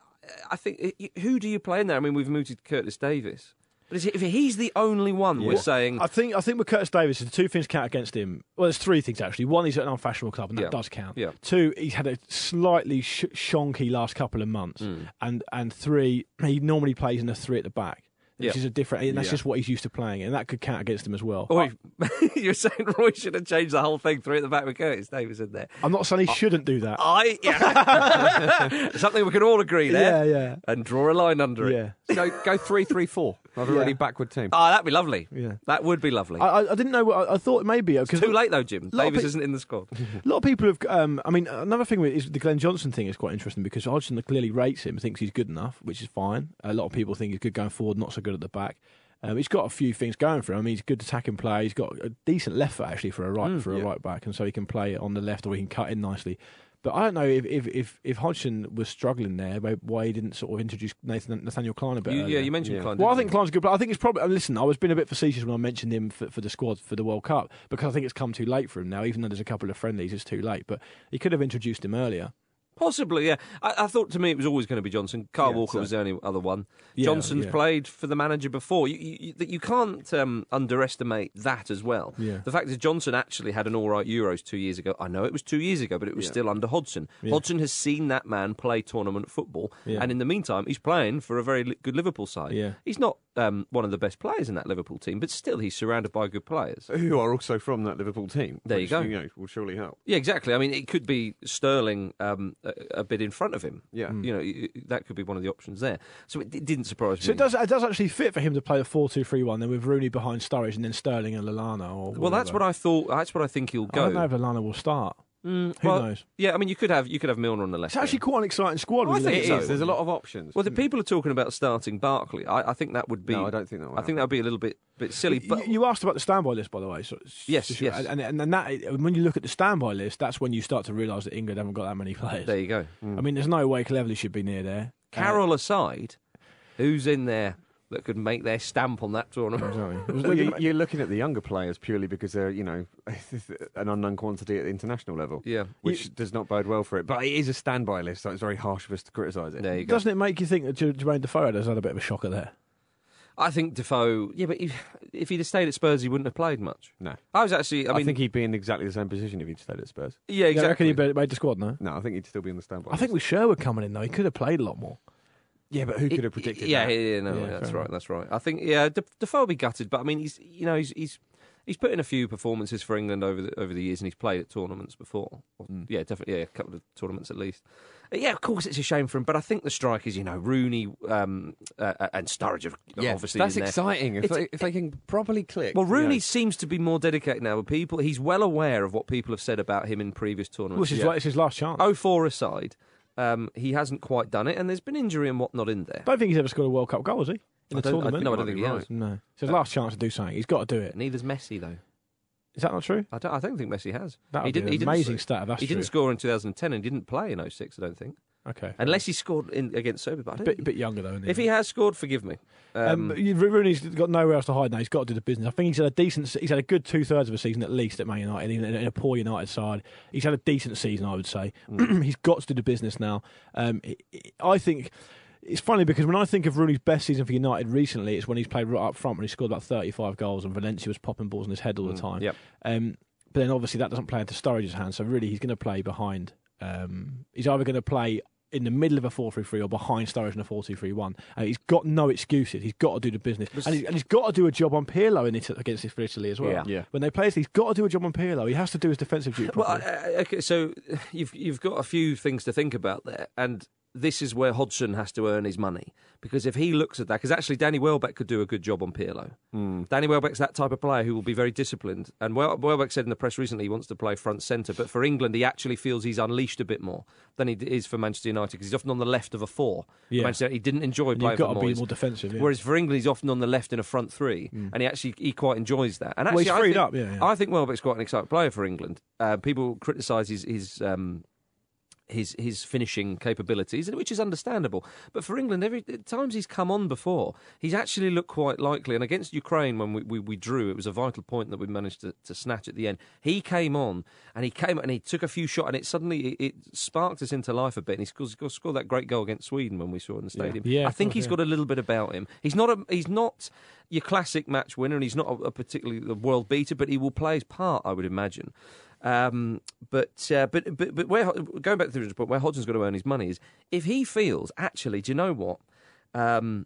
I think eh, who do you play in there? I mean, we've mooted Curtis Davis, but is it, if he's the only one we're Yeah. saying, I think I think with Curtis Davis, the two things count against him. Well, there's three things actually. One, he's at an unfashionable club, and that Yeah. does count. Yeah. Two, he's had a slightly sh- shonky last couple of months, and and three, he normally plays in a three at the back, which Yeah. is a different, and that's Yeah. just what he's used to playing, and that could count against him as well. Oi, you're saying Roy should have changed the whole thing through at the back with Curtis Davis in there. I'm not saying he shouldn't do that. I yeah, something we can all agree yeah, there, yeah, and draw a line under it. yeah. go go three three four. Have a Yeah. really backward team. Ah, that'd be lovely. Yeah. That would be lovely. I, I- I didn't know. What, I, I thought maybe uh, because Too late though, Jim. lot of Davis pe- isn't in the squad. A lot of people have. Um, I mean, another thing with- is the Glenn Johnson thing is quite interesting because Hodgson clearly rates him, thinks he's good enough, which is fine. A lot of people think he's good going forward, not so good at the back. Um, he's got a few things going for him. I mean, he's a good attacking player. He's got a decent left foot actually for a Mm, right for a right back, and so he can play on the left or he can cut in nicely. But I don't know if if if, if Hodgson was struggling there, why- why he didn't sort of introduce Nathan, Nathaniel Klein a bit. You, yeah, earlier. you mentioned Yeah. Klein. Well, I didn't think Klein's a good player. I think it's probably. and Listen, I was being a bit facetious when I mentioned him for, for the squad for the World Cup because I think it's come too late for him now. Even though there's a couple of friendlies, it's too late. But he could have introduced him earlier. Possibly, yeah. I, I thought to me it was always going to be Johnson. Carl Yeah, Walker so- was the only other one. Yeah, Johnson's yeah. played for the manager before. You, you, you, that you can't um, underestimate that as well. Yeah. The fact that Johnson actually had an all right Euros two years ago. I know it was two years ago, but it was still under Hodgson. Hodgson has seen that man play tournament football, Yeah. and in the meantime, he's playing for a very li- good Liverpool side. Yeah. He's not um, one of the best players in that Liverpool team, but still he's surrounded by good players. Uh, Who are also from that Liverpool team. There you which, go. know, will surely help. Yeah, exactly. I mean, it could be Sterling um, a, a bit in front of him. Yeah. you know y- y- that could be one of the options there. So it, it didn't surprise me. So it does it does actually fit for him to play the 4-2-3-1 then with Rooney behind Sturridge and then Sterling and Lallana or Well, that's what I thought. That's what I think he'll I go. don't know if Lallana will start. Mm, Who well, knows? Yeah, I mean, you could have you could have Milner on the left. It's actually there. quite an exciting squad. I with think It Liverpool. is. so. There's a lot of options. well, the people are talking about starting Barkley. I, I think that would be. No, I don't think that will I think that would be a little bit bit silly. You- But you asked about the standby list, by the way. So Yes, so- yes. And, and, and that, when you look at the standby list, that's when you start to realise that England haven't got that many players. there you go. I mean, there's no way Cleverly should be near there. Carroll aside, who's in there that could make their stamp on that tournament? Sorry. Well, you, you're looking at the younger players purely because they're, you know, an unknown quantity at the international level. Yeah. Which does not bode well for it. But it is a standby list, so it's very harsh of us to criticise it. There you go. Doesn't it make you think that Jer- Jermaine Defoe has had a bit of a shocker there? I think Defoe. Yeah, but if, if he'd have stayed at Spurs, he wouldn't have played much. No. I was actually. I I, mean, think he'd be in exactly the same position if he'd stayed at Spurs. yeah, Yeah, I exactly. reckon he be- made the squad, no? No, I think he'd still be in the standby. I think list. with Sherwood coming in, though, he could have played a lot more. Yeah, but who could have It- predicted yeah, that? Yeah, yeah, no, yeah, Yeah, fair that's enough. right, that's right. I think yeah, De- Defoe will be gutted, but I mean, he's you know he's he's he's put in a few performances for England over the, over the years, and he's played at tournaments before. Or- Hmm. Yeah, definitely, yeah, a couple of tournaments at least. Uh, Yeah, of course, it's a shame for him, but I think the strikers, you know, Rooney um, uh, uh, and Sturridge are obviously that's in there. exciting. If, It's- they, if they can properly click. Well, you know. Rooney seems to be more dedicated now. with People, he's well aware of what people have said about him in previous tournaments. Which is Yeah. like, it's his last chance. 04 Oh, aside, um, he hasn't quite done it, and there's been injury and whatnot in there. don't think he's ever scored a World Cup goal, has he? In I a don't- I- tournament? no, I don't think he Right. has. No. It's his last chance to do something. He's got to do it. Neither's Messi though. Is that not true? I don't, I don't think Messi has. That would he be didn't. an he didn't amazing s- stat if that's he true. didn't score in 2010 and he didn't play in 06, I don't think. Okay. Unless he scored in against Serbia, but I a don't bit, bit younger, though, isn't he? If he has scored, forgive me. Um, Um, but you- Rooney's got nowhere else to hide now. He's got to do the business. I think he's had a decent. se- He's had a good two thirds of a season at least at Man United, even in a poor United side. He's had a decent season, I would say. he's got to do the business now. Um, he- he- I think it's funny because when I think of Rooney's best season for United recently, it's when he's played right up front when he scored about thirty-five goals and Valencia was popping balls in his head all the time. Mm, yep. Um, but then obviously that doesn't play into Sturridge's hands. So really, he's going to play behind. Um, he's either going to play in the middle of a 4-3-3 or behind Sturridge in a 4-2-3-1. And he's got no excuses. He's got to do the business, and, he, and he's got to do a job on Pirlo in Italy, against Italy as well. Yeah. yeah. When they play, Italy, he's got to do a job on Pirlo. He has to do his defensive duty. well, properly. uh, okay, so you've you've got a few things to think about there, and this is where Hodgson has to earn his money because if he looks at that, because actually Danny Welbeck could do a good job on Pirlo. Hmm. Danny Welbeck's that type of player who will be very disciplined, and Wel- Welbeck said in the press recently he wants to play front centre, but for England he actually feels he's unleashed a bit more than he d- is for Manchester United because he's often on the left of a four. Yeah. Manchester, he didn't enjoy And playing you've got for to Moyes. be more defensive. Yeah. Whereas for England, he's often on the left in a front three, and he actually he quite enjoys that. And Mm. Well, actually, he's freed I think, up, yeah, yeah. I think Welbeck's quite an exciting player for England. Uh, people criticise his his. Um, his his finishing capabilities, and which is understandable. But for England, every at times he's come on before, he's actually looked quite likely. And against Ukraine, when we, we, we drew, it was a vital point that we managed to, to snatch at the end. He came on and he came and he took a few shots, and it suddenly it, it sparked us into life a bit. And he scored, scored, scored that great goal against Sweden when we saw it in the stadium. Yeah, I of think course, he's yeah. got a little bit about him. He's not a he's not your classic match winner, and he's not a, a particularly the world beater, but he will play his part, I would imagine. Um, but, uh, but but but where going back to the original point, where Hodgson's got to earn his money is if he feels actually, do you know what? Um,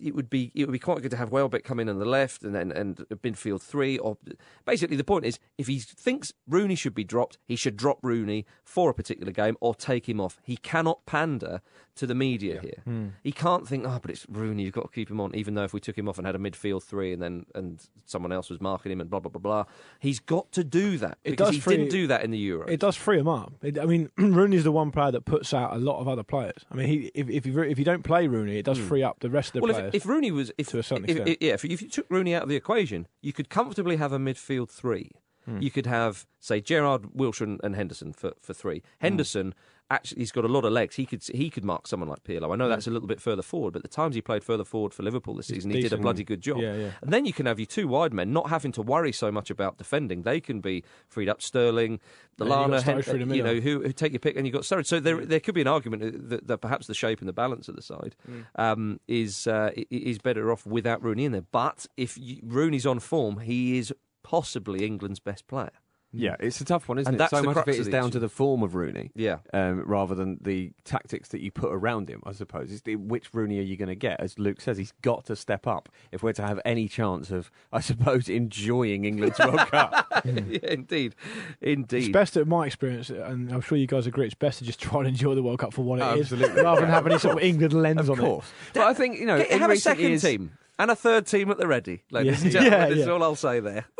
it would be it would be quite good to have Welbeck come in on the left and then and midfield three. Or basically, the point is, if he thinks Rooney should be dropped, he should drop Rooney for a particular game or take him off. He cannot pander to the media here. Hmm. He can't think, oh, but it's Rooney. You've got to keep him on, even though if we took him off and had a midfield three and then and someone else was marking him and blah blah blah blah. He's got to do that It because does he free- didn't do that in the Euro. It does free him up. It, I mean, Rooney's the one player that puts out a lot of other players. I mean, he, if, if, you, re- if you don't play Rooney, it does free up the rest of Hmm. the well, players. if, if Rooney was, if, to a certain if- extent. yeah, if, if you took Rooney out of the equation, you could comfortably have a midfield three. Hmm. You could have, say, Gerard, Wilson, and Henderson for, for three. Hmm. Henderson actually, he's got a lot of legs. He could he could mark someone like Pirlo. I Hmm. know that's a little bit further forward, but the times he played further forward for Liverpool this season, he did a decent. bloody good job. Yeah, yeah. And then you can have your two wide men not having to worry so much about defending. They can be freed up. Sterling, Yeah, you've got Lallana, Sturridge Hen- through the you middle. know, who, who take your pick, and you've got Sturridge. So there, there could be an argument that, that perhaps the shape and the balance of the side um, is uh, i- is better off without Rooney in there. But if you, Rooney's on form, he is possibly England's best player. Yeah, it's a tough one, isn't And it? that's so the much of crux of it is the down issue. to the form of Rooney, Yeah. um, rather than the tactics that you put around him. I suppose it's the, which Rooney are you going to get? As Luke says, he's got to step up if we're to have any chance of, I suppose, enjoying England's World Cup. yeah, indeed, It's indeed. best, at my experience, and I'm sure you guys agree, it's best to just try and enjoy the World Cup for what it is, Absolutely. rather than have any sort of England lens Of on course, but I think you know, Get- in have a recent second years- team and a third team at the ready, ladies Yeah. and gentlemen. Yeah, That's yeah. all I'll say there.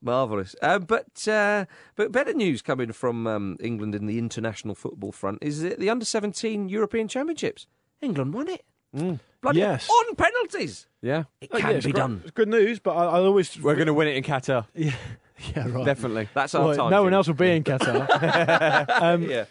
Marvelous, uh, but uh, but better news coming from um, England in the international football front is that the under seventeen European Championships. England won it. Bloody Yes. on penalties. Yeah, It it. can Yeah, it's be great- done. It's good news, but I, I always we're going to win it in Qatar, yeah, yeah, right. definitely. That's our Well, time. no one Jim. else will be in Qatar. um, Yeah.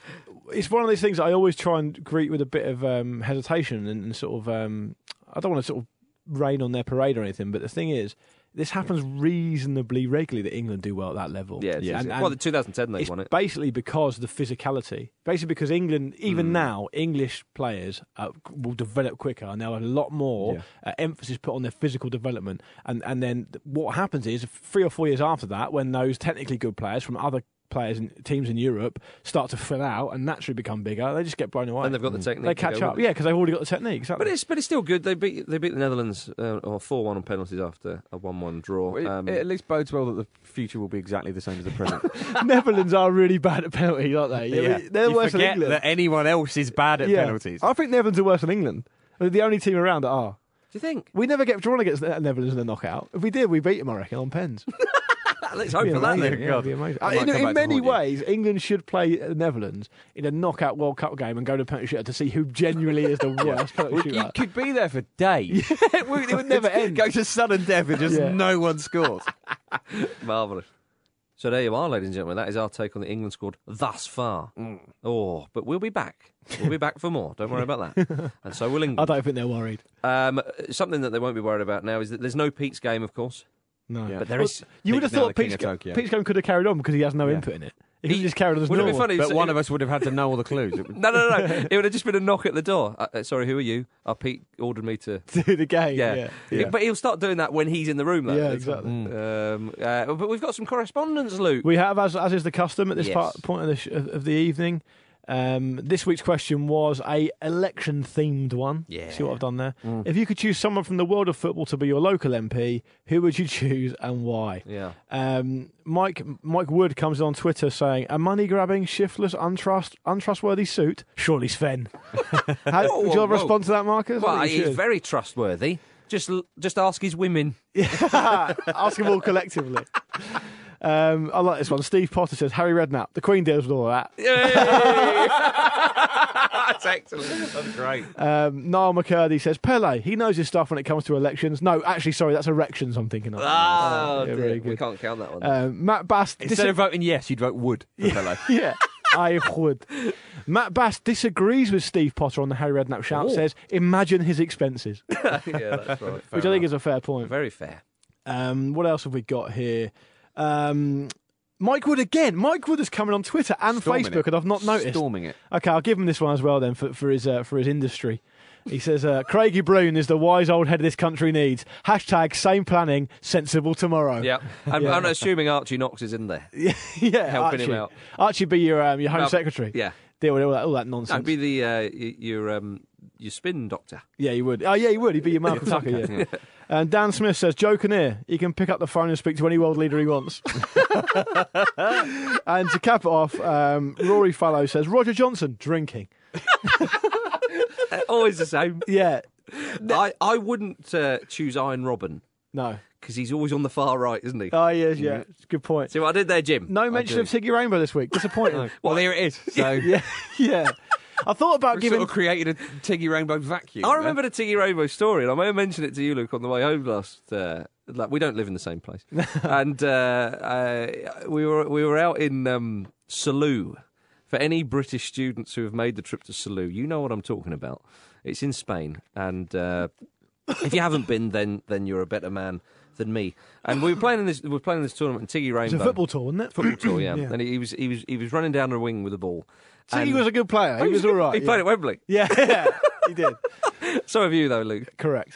It's one of these things I always try and greet with a bit of um, hesitation and, and sort of um, I don't want to sort of rain on their parade or anything. But the thing is, this happens reasonably regularly that England do well at that level. Yeah. it's And- easy. and well, the 2010 they it's won it. basically because of the physicality. Basically, because England, even Hmm. now, English players uh, will develop quicker, and there are a lot more Yeah. uh, emphasis put on their physical development. And and then th- what happens is three or four years after that, when those technically good players from other players and teams in Europe start to fill out and naturally become bigger, they just get blown away. And they've got the Hmm. technique. they to catch go up, with it. yeah, because they've already got the technique. Exactly. But it's but it's still good. They beat they beat the Netherlands uh, or four one on penalties after a one one draw. It, Um, it at least bodes well that the future will be exactly the same as the present. Netherlands are really bad at penalties, aren't they? Yeah, they're you worse than forget England. that anyone else is bad at Yeah. penalties. I think Netherlands are worse than England. They're the only team around that are. do you think? We never get drawn against the Netherlands in a knockout. If we did, we beat them, I reckon, on pens. Oh, Let's hope for that. amazing. Then. Yeah, it'd God. be amazing. I Uh, might in come back in to many haunt you. ways, England should play the Netherlands in a knockout World Cup game and go to penalty shootout to see who genuinely is the worst penalty You shooter. could be there for days. it would it would never end. Go to sudden death and just Yeah. no one scores. Marvelous. So there you are, ladies and gentlemen. That is our take on the England squad thus far. Mm. Oh, but we'll be back. We'll be back for more. Don't worry about that. And so will I England. don't think they're worried. Um, something that they won't be worried about now is that there's no Pete's game, of course. No. Yeah. But there Well, is. you would have Pete's now thought the king Pete's, of go- Tokyo. Pete's game could have carried on because he has no Yeah. input in it. He could He- have just carried on as Wouldn't it be normal. funny? if- But one of us would have had to know all the clues. It would- No, no, no, no. it would have just been a knock at the door. Uh, Uh, sorry, who are you? Uh, Pete ordered me to. Do the game. Yeah. Yeah. Yeah. But he'll start doing that when he's in the room. Though. Yeah, exactly. Mm. Um, uh, but we've got some correspondence, Luke. We have, as, as is the custom at this Yes. part, point of the, sh- of of the evening. Um, this week's question was a election themed one. Yeah. See what I've done there. If you could choose someone from the world of football to be your local MP, who would you choose and why? yeah. Um, Mike Mike Wood comes in on Twitter saying a money grabbing, shiftless, untrust untrustworthy suit. Surely Sven. How, Whoa, would whoa, you have a whoa. response to that, Marcus? I Well, think you he's should. very trustworthy. Just l- just ask his women. Ask them all collectively. Um, I like this one. Steve Potter says Harry Redknapp. The Queen deals with all of that. That's excellent. That's great. Um, Niall McCurdy says Pele. He knows his stuff when it comes to elections. No, actually, sorry, that's erections. I'm thinking of. Oh, Yeah, dear. very we good. can't count that one. Um, Matt Bass. Ah. Instead of voting yes, you'd vote would. for fellow. yeah, I would. Matt Bass disagrees with Steve Potter on the Harry Redknapp shout. Oh. Says, imagine his expenses, which yeah, that's right. I think is a fair point. Very fair. Um, what else have we got here? Um, Mike Wood again. Mike Wood is coming on Twitter and Storming Facebook, it. and I've not noticed. Storming it. Okay, I'll give him this one as well then for, for his uh, for his industry. He says, uh, "Craigie Brune is the wise old head this country needs." Hashtag same planning, sensible tomorrow. Yeah. I'm, Yeah. I'm assuming Archie Knox is in there. yeah, Helping Archie. him out. Archie, be your um, your home Um, secretary. Yeah. deal with all that, all that That'd nonsense. be the uh, y- your um, your spin doctor. yeah, he would. Oh, yeah, he would. He'd be your Malcolm Tucker. Yeah. And Dan Smith says, "Joe Kinnear, he can pick up the phone and speak to any world leader he wants." and to cap it off, um, Rory Fallow says, "Roger Johnson drinking." Always the same. Yeah, I, I wouldn't uh, choose Iron Robin no. because he's always on the far right, isn't he? Oh, yes, yeah. Good point. See what I did there, Jim? No mention of Tiggy Rainbow this week. Disappointing. Well, here it is. So yeah, yeah. I thought about we've giving. sort of created a Tiggy Rainbow vacuum. I there. remember the Tiggy Rainbow story, and I may have mentioned it to you, Luke, on the way home last. Uh, like we don't live in the same place, and uh, I, we were we were out in um, Salou. For any British students who have made the trip to Salou, you know what I'm talking about. It's in Spain, and uh, if you haven't been, then then you're a better man than me. And we were playing in this we were playing in this tournament, in Tiggy Rainbow It's a football tour, wasn't it? football tour, yeah. Yeah. And he was he was he was running down the wing with the ball. Tiggy And- was a good player. He was all right. Oh, He yeah. played at Wembley. Yeah, yeah, he did. So have you though, Luke. Correct.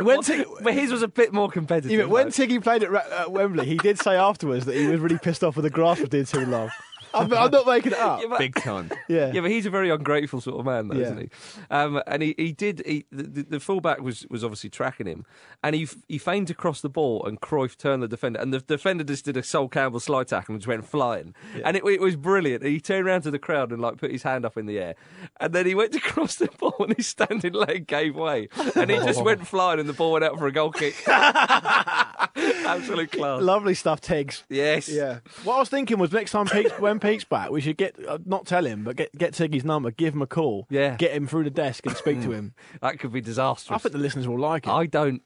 When Tig- but his was a bit more competitive. Yeah, but when though. Tiggy played at, Ra- at Wembley, he did say afterwards that he was really pissed off with the grass was being too long. I'm, I'm not making it up. Yeah, but- Big time. Yeah. Yeah, but he's a very ungrateful sort of man, though, Yeah. isn't he? Um, and he, he did. He, the, the- the fullback was, was obviously tracking him, and he f- he feigned to cross the ball, and Cruyff turned the defender, and the defender just did a Sol Campbell slide tackle and just went flying, and it, it was brilliant. He turned around to the crowd and like put his hand up in the air, and then he went to cross the ball, and his standing leg gave way, and he just went flying, and the ball went out for a goal kick. Absolute class. Lovely stuff, Tiggs. yes. Yeah. What I was thinking was next time Peaks, when Peaks back, we should get uh, not tell him, but get get Tiggy's number, give him a call, Yeah. get him through the desk and speak to him. That could be I disastrous. think the listeners will like it. I don't.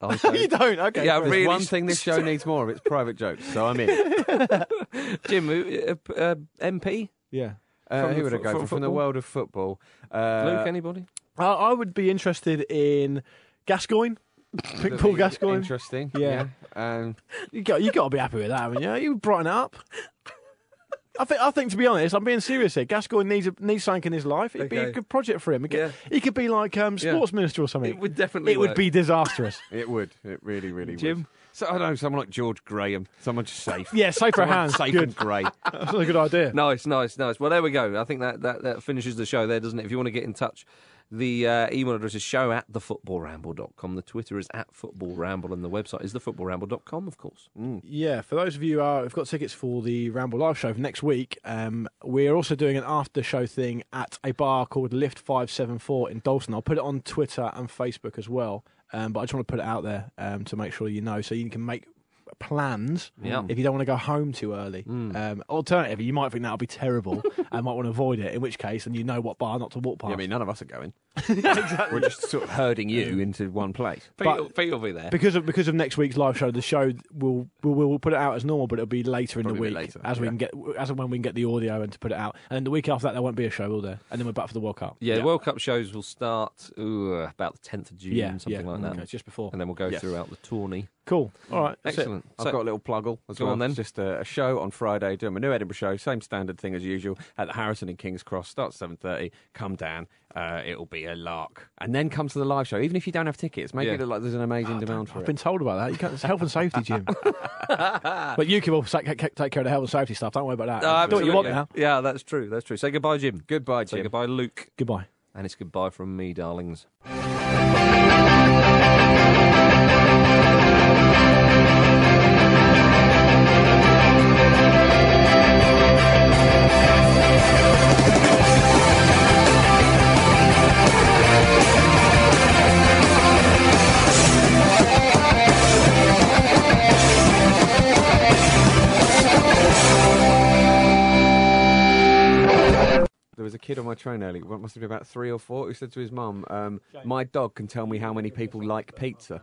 I you don't. don't? Okay. Yeah, I fair There's really one thing this show needs more of. It's private jokes. So I'm in. Jim, who- uh, uh, MP? yeah. Uh, From who the would I fo- go from for? From the football? world of football. Uh, Luke, anybody? I, I would be interested in Gascoigne. Pick Paul Gascoigne. Interesting. Yeah. Um, You got you got to be happy with that, haven't you? You brighten it up. I think I think to be honest, I'm being serious here. Gascoigne needs a, needs something in his life. It'd be a Okay. good project for him. He could, Yeah. he could be like um, Yeah. sports minister or something. It would definitely It would work. be disastrous. it would. It really, really Jim? would. So I don't know. Someone like George Graham. Someone just safe. yeah, safer Someone hands. Safe Good. and grey. That's not a good idea. Nice, nice, nice. Well, there we go. I think that, that, that finishes the show there, doesn't it? If you want to get in touch, the uh, email address is show at thefootballramble.com. The Twitter is at footballramble, and the website is thefootballramble.com, of course. Yeah, for those of you who have got tickets for the Ramble Live show for next week, um, we're also doing an after show thing at a bar called Lift 574 in Dalston. I'll put it on Twitter and Facebook as well, um, but I just want to put it out there um, to make sure you know so you can make plans Yeah. if you don't want to go home too early. Um, alternatively, you might think that'll be terrible and might want to avoid it, in which case, then you know what bar not to walk past. I mean, none of us are going. We're just sort of herding you into one place. Pete, But- will- Pete will be there. because of because of next week's live show, the show will will we'll put it out as normal, but it'll be later in the Probably a week bit later, as we can get as and when we can get the audio and to put it out. And the week after that, there won't be a show, will there? And then we're back for the World Cup. yeah, the World Cup shows will start ooh, about the 10th of June, yeah, something yeah. like that. Okay, just before. And then we'll go Yes. throughout the tourney. Cool. All right. that's it. Excellent. I've So- got a little pluggle as Go well. on then. It's just a, a show on Friday, doing my new Edinburgh show, same standard thing as usual at the Harrison in King's Cross. Starts seven thirty. Come down. Uh, it'll be a lark, and then come to the live show. Even if you don't have tickets, make Yeah. Oh, it look like there's an amazing demand for I've it. been told about that. You can't, it's health and safety, Jim. but you can all sa- ca- ca- take care of the health and safety stuff. Don't worry about that. uh, Do what you want absolutely. now. Yeah, that's true. That's true. Say goodbye, Jim. Goodbye, Say Jim. goodbye, Luke. Goodbye. And it's goodbye from me, darlings. There was a kid on my train earlier, what must have been about three or four, who said to his mum, um, "My dog can tell me how many people like pizza."